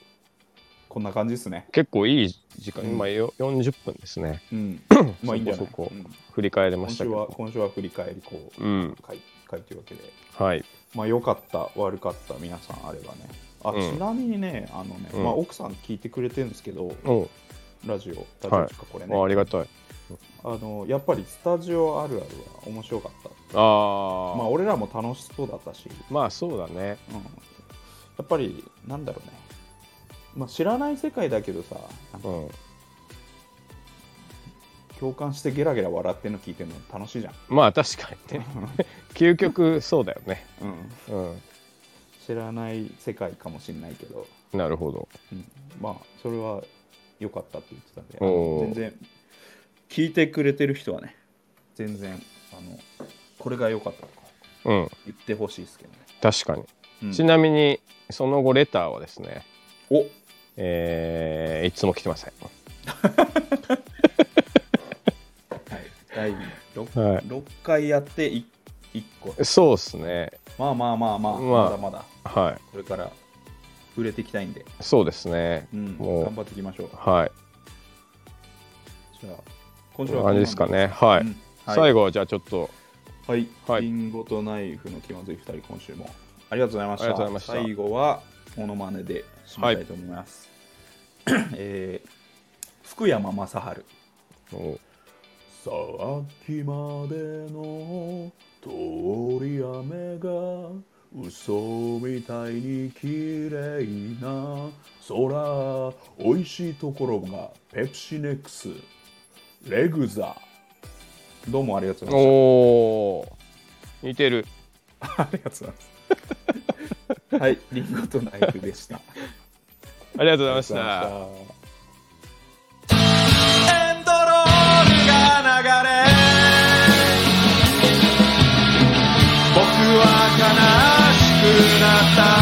Speaker 1: こんな感じですね
Speaker 2: 結構いい時間、
Speaker 1: うん
Speaker 2: 今よ40分ですね。
Speaker 1: うんまあいいんじゃない
Speaker 2: そこそこ
Speaker 1: うん
Speaker 2: 振り返れま
Speaker 1: 今
Speaker 2: した
Speaker 1: 週
Speaker 2: け
Speaker 1: は
Speaker 2: ど。
Speaker 1: 今週は振り返りこう
Speaker 2: うん。
Speaker 1: 回回というわけで
Speaker 2: はい。
Speaker 1: まあ良かった悪かった皆さんあればねあ、
Speaker 2: うん
Speaker 1: ちなみにねあのね、
Speaker 2: うん
Speaker 1: まあ、奥さん聞いてくれてるんですけど、
Speaker 2: おう
Speaker 1: ラジオラジオっていうかこれね、
Speaker 2: あありがたい。
Speaker 1: あのやっぱりスタジオあるあるは面白かった
Speaker 2: ああ。
Speaker 1: まあ俺らも楽しそうだったし、
Speaker 2: まあそうだね。
Speaker 1: うん、やっぱりなんだろうね、まあ、知らない世界だけどさなん
Speaker 2: う
Speaker 1: か
Speaker 2: ん。
Speaker 1: 共感してゲラゲラ笑ってんの聞いてるの楽 しいじゃん、
Speaker 2: まあ確かにね。 究極そうだよね。
Speaker 1: うん、
Speaker 2: う
Speaker 1: 知らない世界かもしれないけど、
Speaker 2: ん。なるほど。
Speaker 1: うん、まあそれは良かったって言ってたんであ
Speaker 2: お
Speaker 1: の全
Speaker 2: ー
Speaker 1: 然聞いてくれてる人はね全然あのこれが良かったとか
Speaker 2: うん。
Speaker 1: 言ってほしいですけどね、
Speaker 2: 確かに。
Speaker 1: うん
Speaker 2: ちなみにその後レターはですね、
Speaker 1: お
Speaker 2: えーいつも来てません。
Speaker 1: はい、第 6,、
Speaker 2: はい
Speaker 1: 六回やって 1, 個
Speaker 2: そうですね。
Speaker 1: まあまあまあまあ、
Speaker 2: まあ
Speaker 1: まだまだ
Speaker 2: は
Speaker 1: これから売れていきたいんで、
Speaker 2: い。そうですね。
Speaker 1: うん、
Speaker 2: もう
Speaker 1: 頑張っていきましょう
Speaker 2: はい。
Speaker 1: じゃあ今
Speaker 2: こ
Speaker 1: 週
Speaker 2: ん
Speaker 1: は
Speaker 2: な
Speaker 1: こんな
Speaker 2: 感じ
Speaker 1: ん
Speaker 2: ですかね。はい。
Speaker 1: うんはい、
Speaker 2: 最後はじゃあちょっと
Speaker 1: はい、
Speaker 2: はい
Speaker 1: リンゴとナイフの気まずい2人今週もありがとうございました
Speaker 2: ありがとうございました
Speaker 1: 最後はモノマネで締めたいと思います、えー福山雅治
Speaker 2: お
Speaker 1: さっきまでの通り雨が嘘みたいに綺麗な空美味しいところがペプシネックスレグザどうもありがとうございまし
Speaker 2: おー似てる。
Speaker 1: たありがとうございますはいリンゴとナイフでしたあ
Speaker 2: ありがとうござい
Speaker 1: り
Speaker 2: ました。
Speaker 1: た
Speaker 3: エンドロールが流れ僕は悲しくなった